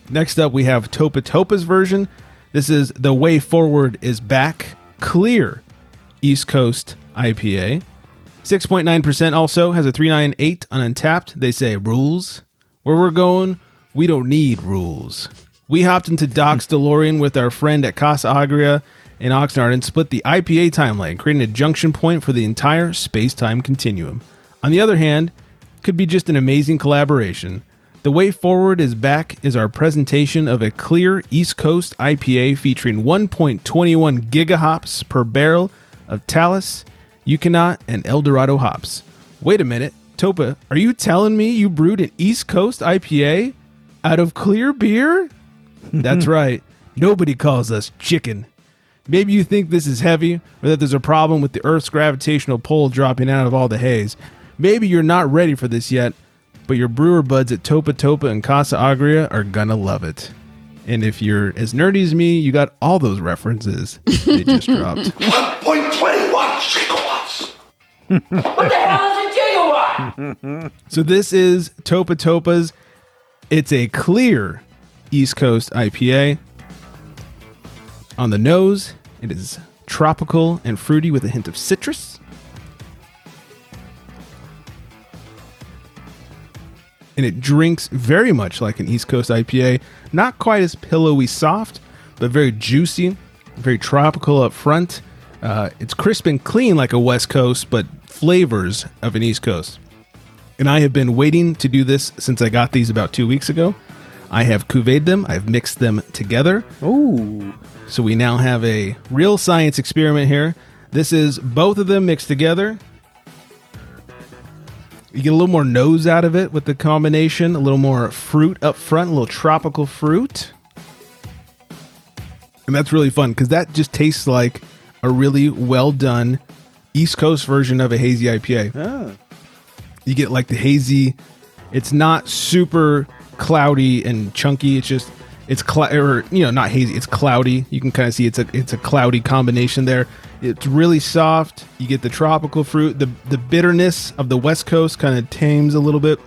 Speaker 6: Next up, we have Topa Topa's version. This is The Way Forward is Back, clear East Coast IPA. 6.9% also has a 398 on untapped. They say rules. Where we're going, we don't need rules. We hopped into Doc's DeLorean with our friend at Casa Agria in Oxnard and split the IPA timeline, creating a junction point for the entire space time continuum. On the other hand, could be just an amazing collaboration. The way forward is back is our presentation of a clear East Coast IPA featuring 1.21 gigahops per barrel of Talus, Yukonat, and Eldorado hops. Wait a minute, Topa, are you telling me you brewed an East Coast IPA out of clear beer? That's right. Nobody calls us chicken. Maybe you think this is heavy or that there's a problem with the Earth's gravitational pull dropping out of all the haze. Maybe you're not ready for this yet, but your brewer buds at Topa Topa and Casa Agria are gonna love it. And if you're as nerdy as me, you got all those references they just dropped.
Speaker 2: 1.21 gigawatts.
Speaker 11: What the hell is a gigawatt?
Speaker 6: <laughs> So this is Topa Topa's. It's a clear East Coast IPA. On the nose, it is tropical and fruity with a hint of citrus. And it drinks very much like an East Coast IPA. Not quite as pillowy soft, but very juicy, very tropical up front. Uh, it's crisp and clean like a West Coast, but flavors of an East Coast and I have been waiting to do this since I got these about two weeks ago. I have cuvee them. I've mixed them together.
Speaker 7: Ooh.
Speaker 6: So we now have a real science experiment here. This is both of them mixed together. You get a little more nose out of it with the combination, a little more fruit up front, a little tropical fruit. And that's really fun because that just tastes like a really well done East Coast version of a hazy IPA you get like the hazy it's not super cloudy and chunky it's just it's cl- or you know not hazy it's cloudy you can kind of see it's a it's a cloudy combination there it's really soft you get the tropical fruit the the bitterness of the west coast kind of tames a little bit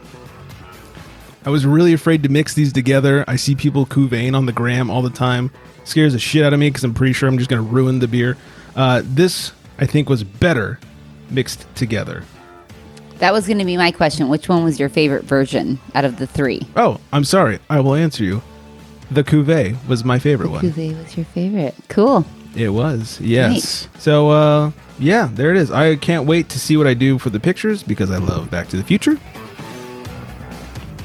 Speaker 6: i was really afraid to mix these together i see people couvain on the gram all the time scares the shit out of me because i'm pretty sure i'm just going to ruin the beer uh, this i think was better mixed together
Speaker 8: That was going to be my question. Which one was your favorite version out of the three?
Speaker 6: Oh, I'm sorry. I will answer you. The cuvee was my favorite one.
Speaker 8: Cuvée was your favorite. Cool.
Speaker 6: It was, yes. So, uh, yeah, there it is. I can't wait to see what I do for the pictures because I love Back to the Future.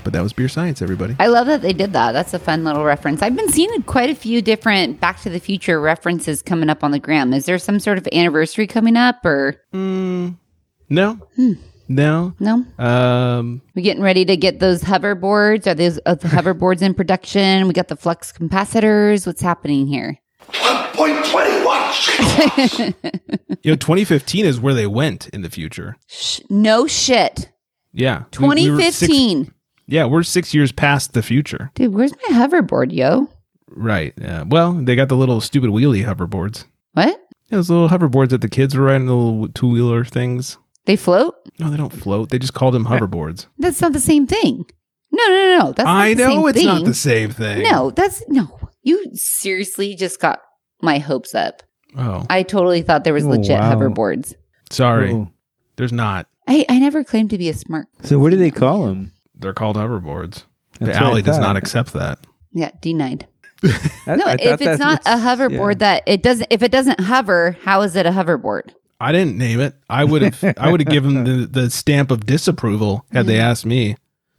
Speaker 6: But that was beer science, everybody.
Speaker 8: I love that they did that. That's a fun little reference. I've been seeing quite a few different Back to the Future references coming up on the gram. Is there some sort of anniversary coming up or
Speaker 6: No, no.
Speaker 8: no?
Speaker 6: Um,
Speaker 8: We're getting ready to get those hoverboards. Are those <laughs> are the hoverboards in production? We got the flux capacitors. What's happening here?
Speaker 2: 1.21 gigawatts.
Speaker 6: you know, 2015 is where they went in the future.
Speaker 8: Sh- no shit.
Speaker 6: Yeah, We- we were six-
Speaker 8: 2015.
Speaker 6: yeah, we're six years past the future.
Speaker 8: Dude, where's my hoverboard, yo?
Speaker 6: Right. Yeah. Well, they got the little stupid wheelie hoverboards.
Speaker 8: What?
Speaker 6: Yeah, those little hoverboards that the kids were riding, the little two wheeler things.
Speaker 8: They float?
Speaker 6: No, they don't float. They just call them hoverboards.
Speaker 8: That's not the same thing. No, no, no, no. That's
Speaker 6: I
Speaker 8: not the
Speaker 6: know
Speaker 8: same
Speaker 6: it's not
Speaker 8: thing.
Speaker 6: the same thing.
Speaker 8: No, that's no. You seriously just got my hopes up.
Speaker 6: Oh,
Speaker 8: I totally thought there was
Speaker 7: Oh,
Speaker 8: legit
Speaker 7: wow.
Speaker 8: hoverboards.
Speaker 6: sorry.
Speaker 7: Ooh.
Speaker 6: There's not.
Speaker 8: I, I never claimed to be a smart.
Speaker 7: Oh. So what do they call them?
Speaker 6: They're called hoverboards.
Speaker 7: That's
Speaker 6: the
Speaker 7: what I
Speaker 6: alley does
Speaker 7: thought.
Speaker 6: not accept that.
Speaker 8: Yeah, denied.
Speaker 7: I-
Speaker 8: No,
Speaker 7: I thought
Speaker 8: if it's
Speaker 7: that's-
Speaker 8: not a
Speaker 7: it's-
Speaker 8: hoverboard
Speaker 7: yeah.
Speaker 8: that it doesn't if it doesn't hover, how is it a hoverboard?
Speaker 6: I didn't name it. I would
Speaker 8: <laughs>
Speaker 6: have. I would have given the the stamp of disapproval had they asked me.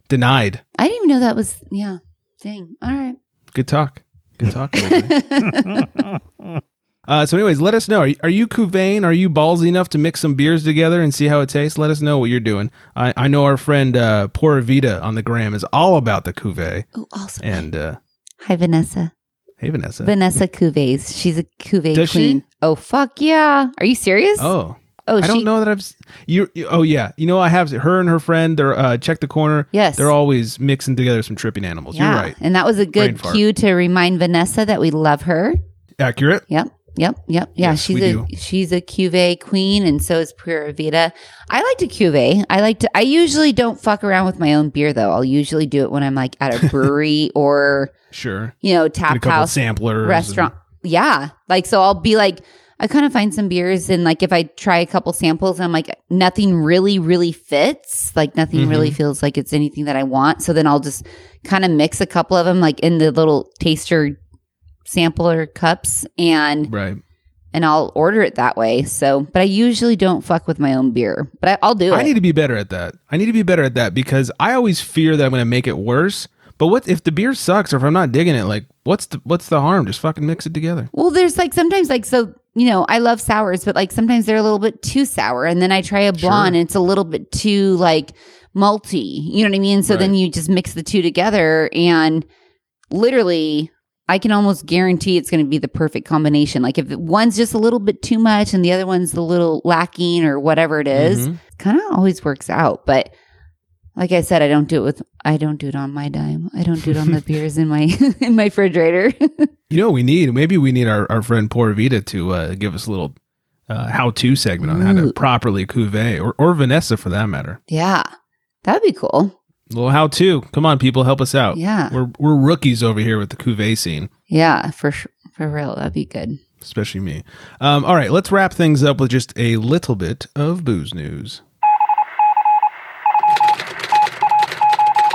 Speaker 6: Denied.
Speaker 8: I didn't even know that was yeah. Dang. All right.
Speaker 6: Good talk. Good talk. everybody. <laughs> uh, so, anyways, let us know. Are you, are you Cuvain? Are you ballsy enough to mix some beers together and see how it tastes? Let us know what you're doing. I, I know our friend uh, Pura Vida on the gram is all about the Cuvée.
Speaker 8: Oh, awesome.
Speaker 6: And uh,
Speaker 8: Hi Vanessa.
Speaker 6: hey, Vanessa.
Speaker 8: Vanessa Cuvées. She's a Cuvée
Speaker 6: Does she?
Speaker 8: queen. Oh fuck yeah. Are you serious?
Speaker 6: oh.
Speaker 8: oh
Speaker 6: I don't know that I've s- you, you- Oh yeah, you know I have her and her friend. They're uh, check the corner.
Speaker 8: Yes.
Speaker 6: they're always mixing together some tripping animals.
Speaker 8: Yeah.
Speaker 6: You're right.
Speaker 8: And that was a
Speaker 6: Brain
Speaker 8: good
Speaker 6: fart.
Speaker 8: cue to remind Vanessa that we love her.
Speaker 6: Accurate.
Speaker 8: Yep. Yep. Yep. Yeah.
Speaker 6: Yes,
Speaker 8: she's
Speaker 6: we
Speaker 8: a
Speaker 6: do.
Speaker 8: she's a cuvee queen, and so is Pura Vida. I like to cuvee. I like to. I usually don't fuck around with my own beer though. I'll usually do it when I'm like
Speaker 6: <laughs>
Speaker 8: at a brewery or
Speaker 6: Sure.
Speaker 8: you know
Speaker 6: Get a
Speaker 8: tap
Speaker 6: couple
Speaker 8: house
Speaker 6: samplers. and-
Speaker 8: restaurant. Yeah. Like so, I'll be like. I kind of find some beers, and like if I try a couple samples, I'm like, nothing really, really fits. Like nothing
Speaker 6: Mm-hmm.
Speaker 8: really feels like it's anything that I want. So then I'll just kind of mix a couple of them, like in the little taster sampler cups, and
Speaker 6: right.
Speaker 8: and I'll order it that way. So, but I usually don't fuck with my own beer, but I, I'll do
Speaker 6: I
Speaker 8: it.
Speaker 6: need to be better at that. I need to be better at that because I always fear that I'm going to make it worse. But what if the beer sucks or if I'm not digging it? Like, what's the what's the harm? Just fucking mix it together.
Speaker 8: well, there's like sometimes like so you know I love sours, but like sometimes they're a little bit too sour, and then I try a blonde and it's a little bit too like malty. You know what I mean? So then
Speaker 6: Right.
Speaker 8: you just mix the two together, and literally. I can almost guarantee it's going to be the perfect combination. Like if one's just a little bit too much and the other one's a little lacking or whatever it is,
Speaker 6: Mhm.
Speaker 8: kind of always works out. But like I said, I don't do it with I don't do it on my dime. I don't do it on the beers in my <laughs> in my refrigerator.
Speaker 6: You know, what we need maybe we need our, our friend Poor Vita to uh, give us a little uh, how to segment on how to properly cuvee or, or Vanessa for that matter.
Speaker 8: yeah. That'd be cool.
Speaker 6: A little how to. Come on, people, help us out.
Speaker 8: Yeah.
Speaker 6: we're we're rookies over here with the cuvee scene.
Speaker 8: Yeah, for sh- for real. That'd be good.
Speaker 6: especially me. Um, all right, let's wrap things up with just a little bit of booze news.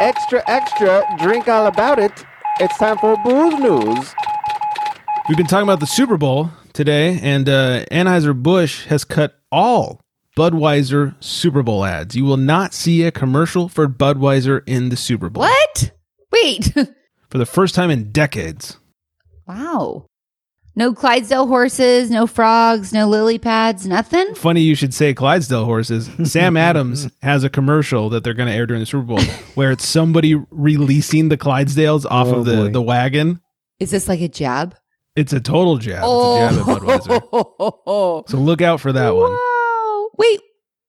Speaker 4: Extra, extra, drink all about it. It's time for booze news.
Speaker 6: We've been talking about the Super Bowl today, and uh, Anheuser Busch has cut all Budweiser Super Bowl ads. You will not see a commercial for Budweiser in the Super Bowl
Speaker 8: What? Wait. <laughs>
Speaker 6: for the first time in decades.
Speaker 8: wow. No Clydesdale horses, no frogs, no lily pads, nothing?
Speaker 6: Funny you should say Clydesdale horses. <laughs> Sam Adams has a commercial that they're going to air during the Super Bowl where it's somebody releasing the Clydesdales off
Speaker 7: Oh,
Speaker 6: of the,
Speaker 7: boy.
Speaker 6: the wagon.
Speaker 8: Is this like a jab?
Speaker 6: It's a total jab. It's a jab at Budweiser.
Speaker 8: Oh.
Speaker 6: So look out for that one.
Speaker 8: Wow. Wait.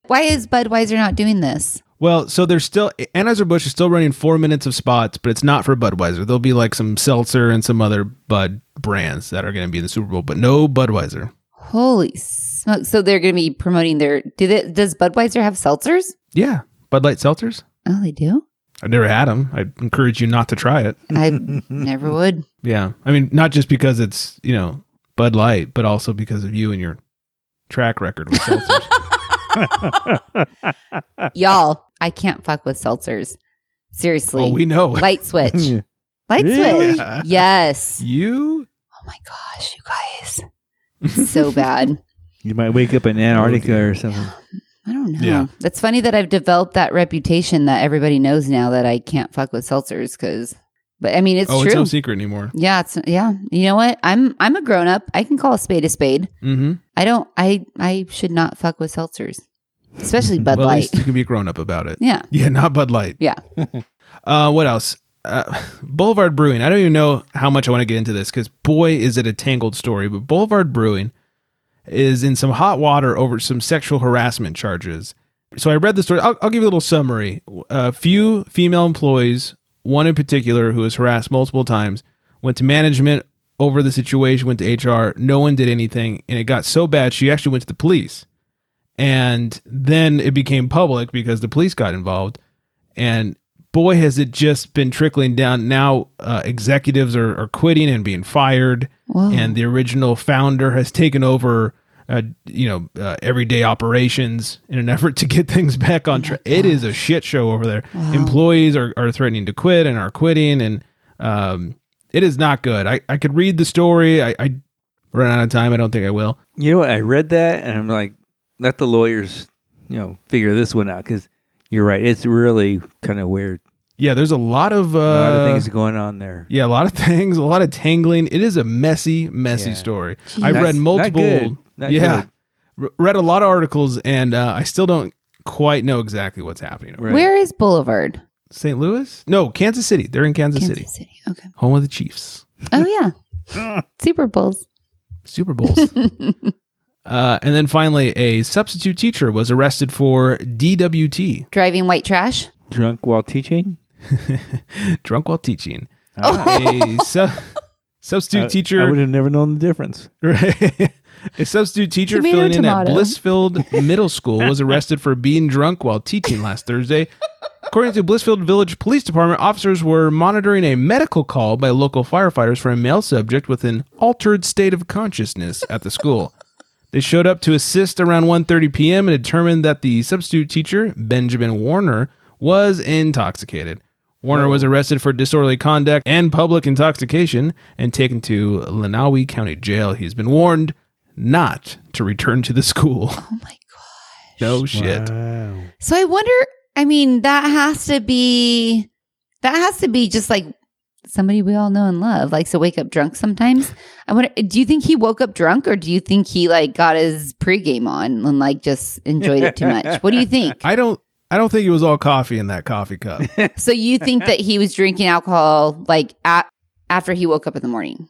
Speaker 8: Why is Budweiser not doing this?
Speaker 6: Well, so they're still Anheuser Busch is still running four minutes of spots, but it's not for Budweiser. There'll be like some seltzer and some other Bud brands that are going to be in the Super Bowl, but no Budweiser.
Speaker 8: Holy smoke. So they're going to be promoting their do they, does Budweiser have seltzers?
Speaker 6: Yeah, Bud Light seltzers.
Speaker 8: Oh, they do?
Speaker 6: I've never had them. I encourage you not to try it. <laughs>
Speaker 8: I never would.
Speaker 6: Yeah, I mean, not just because it's you know Bud Light, but also because of you and your track record with
Speaker 8: <laughs>
Speaker 6: seltzers.
Speaker 8: Y'all, I can't fuck with seltzers. Seriously.
Speaker 6: oh, we know
Speaker 8: Light switch. Light
Speaker 6: Really?
Speaker 8: switch. Yes.
Speaker 6: you.
Speaker 8: Gosh, you
Speaker 6: <laughs>
Speaker 8: guys. So bad.
Speaker 7: You might wake up in
Speaker 6: Oh,
Speaker 7: Antarctica or something.
Speaker 8: I don't know.
Speaker 6: Yeah.
Speaker 8: That's funny that I've developed that reputation that everybody knows now that I can't fuck with seltzers because but I mean it's
Speaker 6: oh,
Speaker 8: true.
Speaker 6: it's no secret anymore.
Speaker 8: yeah, it's yeah. You know what? I'm I'm a grown up. I can call a spade a spade.
Speaker 6: Mm-hmm.
Speaker 8: I don't I I should not fuck with seltzers.
Speaker 6: <laughs>
Speaker 8: Especially Bud
Speaker 6: well, at
Speaker 8: Light.
Speaker 6: least you can be grown up about it.
Speaker 8: <laughs> Yeah.
Speaker 6: Yeah, not Bud Light.
Speaker 8: Yeah.
Speaker 6: Uh, what else? Uh, <laughs> Boulevard Brewing. I don't even know how much I want to get into this because boy, is it a tangled story. But Boulevard Brewing is in some hot water over some sexual harassment charges. So I read the story. I'll, I'll give you a little summary. A few female employees, one in particular who was harassed multiple times, went to management over the situation, went to HR. No one did anything. And it got so bad, she actually went to the police and then it became public because the police got involved and boy has it just been trickling down now uh, executives are, are quitting and being fired
Speaker 8: Whoa.
Speaker 6: and the original founder has taken over uh, you know uh, everyday operations in an <laughs> effort to get things back on track it is a shit show over there employees are, are threatening to quit and are quitting and um, it is not good I, I could read the story I, I run out of time i don't think i will
Speaker 7: You know what? I read that and I'm like, let the lawyers, you know, figure this one out because you're right. It's really kind of weird.
Speaker 6: yeah there's a lot of uh,
Speaker 7: A lot of things going on there.
Speaker 6: Yeah, a lot of <laughs> things, a lot of tangling. It is a messy, messy
Speaker 7: Yeah.
Speaker 6: story.
Speaker 8: Jeez.
Speaker 6: I
Speaker 7: Not-
Speaker 6: read
Speaker 7: not
Speaker 6: multiple.
Speaker 7: good. Not
Speaker 6: yeah, re- read a lot of articles, and uh, I still don't quite know exactly what's happening.
Speaker 7: Right.
Speaker 8: Where is Boulevard?
Speaker 6: St. Louis? No, Kansas City. They're in Kansas,
Speaker 8: Kansas
Speaker 6: City,
Speaker 8: City. Okay.
Speaker 6: home of the Chiefs,
Speaker 8: Oh yeah.
Speaker 6: <laughs>
Speaker 8: Super Bowls.
Speaker 6: Super Bowls. uh, and then finally, a substitute teacher was arrested for DWT,
Speaker 8: Driving white trash.
Speaker 7: Drunk while teaching?
Speaker 6: drunk while teaching. A su- <laughs> substitute
Speaker 7: Oh. I-
Speaker 6: teacher.
Speaker 7: I would have never known the difference.
Speaker 6: Right. <laughs> A substitute teacher
Speaker 8: Tomato,
Speaker 6: filling in at
Speaker 8: tomato.
Speaker 6: Blissfield Middle School
Speaker 8: <laughs>
Speaker 6: was arrested for being drunk while teaching last Thursday. According to Blissfield Village Police Department, officers were monitoring a medical call by local firefighters for a male subject with an altered state of consciousness at the school. They showed up to assist around 1:30 p.m. and determined that the substitute teacher, Benjamin Warner, was intoxicated. Warner was arrested for disorderly conduct and public intoxication and taken to Lenawee County Jail. He's been warned not to return to the
Speaker 8: <laughs>
Speaker 6: school. Oh my gosh. No shit.
Speaker 8: So I wonder. I mean, that has to be that has to be just like somebody we all know and love likes to wake up drunk sometimes. I wonder. Do you think he woke up drunk, or do you think he like got his pregame on and like just enjoyed it too much? What do you think?
Speaker 6: <laughs> I don't I don't think it was all coffee in that coffee cup.
Speaker 8: <laughs> So you think that he was drinking alcohol like at, after he woke up in the morning?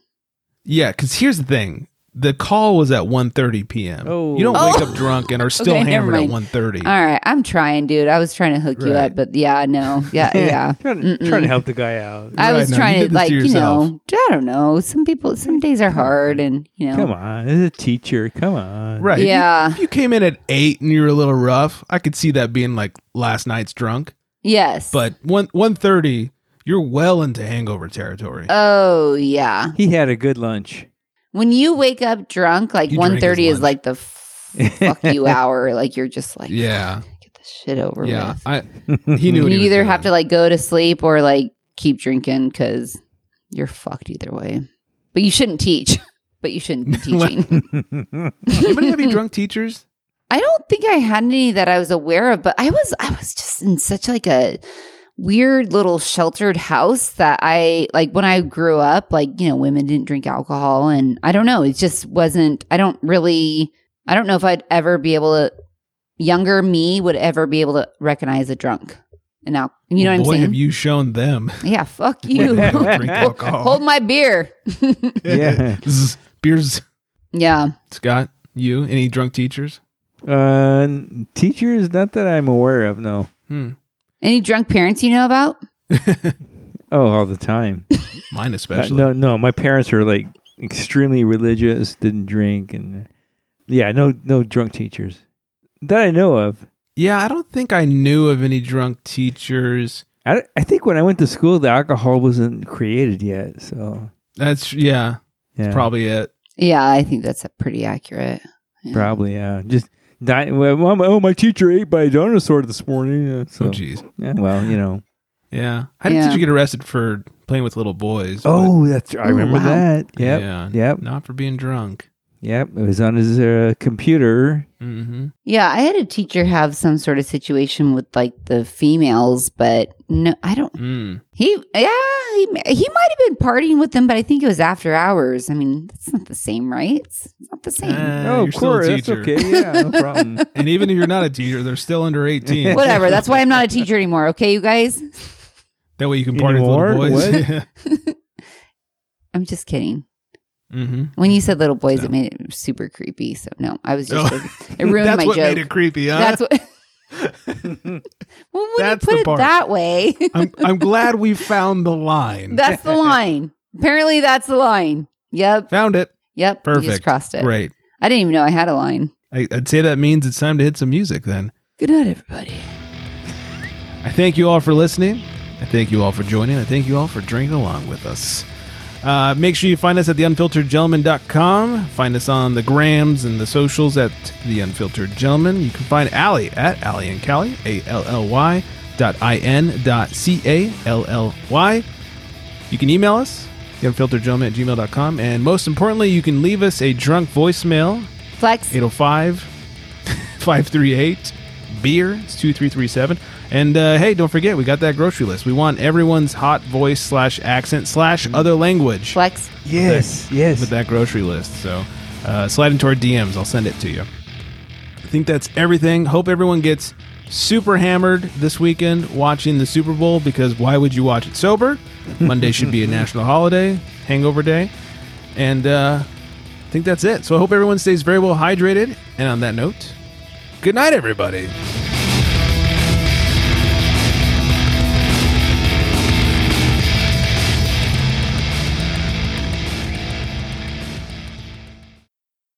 Speaker 6: yeah, cuz here's the thing. The call was at 1:30 p.m. You don't wake
Speaker 8: Oh.
Speaker 6: up drunk
Speaker 8: <laughs>
Speaker 6: and are still
Speaker 8: Okay, never
Speaker 6: hammered at
Speaker 8: mind.
Speaker 6: 1:30.
Speaker 8: All right, I'm trying, dude. I was trying to hook you
Speaker 6: Right.
Speaker 8: up, but yeah, no,
Speaker 6: <laughs>
Speaker 8: yeah, yeah.
Speaker 7: trying,
Speaker 8: Mm-mm.
Speaker 7: trying to help the guy out.
Speaker 8: I
Speaker 6: Right,
Speaker 8: was
Speaker 6: no, you
Speaker 8: trying
Speaker 6: did
Speaker 8: to
Speaker 6: this
Speaker 8: like
Speaker 6: to
Speaker 8: you
Speaker 6: yourself.
Speaker 8: know, I don't know. Some people, some days are hard, and you know,
Speaker 7: Come on, this is a teacher. Come on.
Speaker 6: Right. If you-
Speaker 8: Yeah.
Speaker 6: If you came in at 8 and you were a little rough, I could see that being like last night's drunk.
Speaker 8: yes,
Speaker 6: But 1 1:30, you're well into hangover territory.
Speaker 8: oh yeah.
Speaker 7: He had a good lunch.
Speaker 8: When you wake up drunk, like
Speaker 6: You drank his
Speaker 8: 1:30 is
Speaker 6: lunch.
Speaker 8: like the f-
Speaker 6: <laughs>
Speaker 8: fuck you hour. Like you're just like
Speaker 6: yeah.
Speaker 8: get the shit over
Speaker 6: Yeah.
Speaker 8: with.
Speaker 6: I he knew
Speaker 8: You
Speaker 6: what he was
Speaker 8: either
Speaker 6: doing.
Speaker 8: have to like go to sleep or like keep drinking because you're fucked either way. But you shouldn't teach. <laughs> But you shouldn't
Speaker 6: <laughs>
Speaker 8: be
Speaker 6: <laughs>
Speaker 8: teaching.
Speaker 6: Anybody have any drunk teachers?
Speaker 8: I don't think I had any that I was aware of, but I was I was just in such like a weird little sheltered house that I like when I grew up, like, you know, women didn't drink alcohol and I don't know, it just wasn't I don't really I don't know if I'd ever be able to younger me would ever be able to recognize a drunk. And now <laughs> you
Speaker 6: Boy,
Speaker 8: know what I'm saying?
Speaker 6: have you shown them.
Speaker 8: yeah,
Speaker 6: <laughs>
Speaker 8: fuck you.
Speaker 6: Don't drink alcohol. <laughs>
Speaker 8: <laughs> Hold my beer.
Speaker 7: Yeah.
Speaker 6: Zzz, beers.
Speaker 8: yeah.
Speaker 6: Scott, you any drunk teachers?
Speaker 7: Uh, n- teachers, not that I'm aware of. No.
Speaker 8: Any drunk parents you know about?
Speaker 7: Oh, all the time.
Speaker 6: Mine
Speaker 7: Uh,
Speaker 6: especially.
Speaker 7: no, no. My parents are like extremely religious. Didn't drink, and yeah, no, no drunk teachers that I know of.
Speaker 6: Yeah, I don't think I knew of any drunk teachers.
Speaker 7: I, I think when I went to school, the alcohol wasn't created yet. So
Speaker 6: That's yeah,
Speaker 7: yeah,
Speaker 6: probably it.
Speaker 8: Yeah, I think that's a pretty accurate.
Speaker 7: probably yeah. Just di- well, my- oh, my teacher ate by a dinosaur this morning. uh,
Speaker 6: Oh
Speaker 7: so
Speaker 6: jeez.
Speaker 7: yeah, well, you know.
Speaker 6: Yeah. I didn't
Speaker 8: Yeah.
Speaker 6: teach you get arrested for playing with little boys. but-
Speaker 7: Oh, that's I remember
Speaker 8: wow.
Speaker 7: that. Yep,
Speaker 6: yeah.
Speaker 7: yep,
Speaker 6: Not for being drunk.
Speaker 7: yep. It was on his uh, computer.
Speaker 6: Mm-hmm.
Speaker 8: Yeah, I had a teacher have some sort of situation with like the females, but no, I don't.
Speaker 7: <laughs>
Speaker 6: Mm.
Speaker 8: He, yeah, he, he might have been partying with them, but I think it was after hours. I mean, it's not the same, right? It's not the same.
Speaker 6: Ah,
Speaker 7: oh,
Speaker 6: you're
Speaker 7: of
Speaker 6: still a
Speaker 7: course, that's
Speaker 6: teacher.
Speaker 7: okay. Yeah, no problem.
Speaker 6: And even if you're not a teacher, they're still
Speaker 7: <laughs>
Speaker 6: under 18.
Speaker 8: <laughs> Whatever. That's why I'm not a teacher anymore. Okay, you guys.
Speaker 6: That way you can party
Speaker 7: Anymore?
Speaker 6: with little boys.
Speaker 7: What?
Speaker 6: Yeah.
Speaker 8: I'm just kidding.
Speaker 6: <laughs> mm-hmm.
Speaker 8: When you said little boys, it made it super creepy. So no, I was just it ruined
Speaker 6: That's
Speaker 8: my
Speaker 6: what
Speaker 8: joke.
Speaker 6: made it creepy, huh?
Speaker 8: That's what. <laughs>
Speaker 6: <laughs>
Speaker 8: well, when
Speaker 6: That's
Speaker 8: you put
Speaker 6: the
Speaker 8: it
Speaker 6: part.
Speaker 8: that way, <laughs>
Speaker 6: I'm, I'm glad we found the line. <laughs>
Speaker 8: that's the line. Apparently, that's the line. Yep.
Speaker 6: found it.
Speaker 8: Yep. you
Speaker 6: Perfect.
Speaker 8: just crossed it.
Speaker 6: Great.
Speaker 8: I didn't even know I had a line.
Speaker 6: I, I'd say that means it's time to hit some music then.
Speaker 8: Good night, everybody.
Speaker 6: I thank you all for listening. I thank you all for joining. I thank you all for drinking along with us. Uh, make sure you find us at theunfilteredgentleman.com. Find us on the grams and the socials at The Unfiltered Gentleman. You can find Allie at Allie and Callie, A-L-L-Y dot I-N dot C-A-L-L-Y. You can email us, theunfilteredgentleman at gmail.com. And most importantly, you can leave us a drunk voicemail
Speaker 8: Flex.
Speaker 6: <laughs> 805 538 beer it's 2337 and uh, hey don't forget we got that grocery list we want everyone's hot voice slash accent slash other language
Speaker 8: Flex.
Speaker 7: <laughs> yes,
Speaker 6: with
Speaker 7: yes.
Speaker 6: that grocery list so uh, slide into our dms i'll send it to you i think that's everything hope everyone gets super hammered this weekend watching the super bowl because why would you watch it sober monday should be a national holiday hangover day and uh, I think that's it. So I hope everyone stays very well hydrated. And on that note, good night, everybody.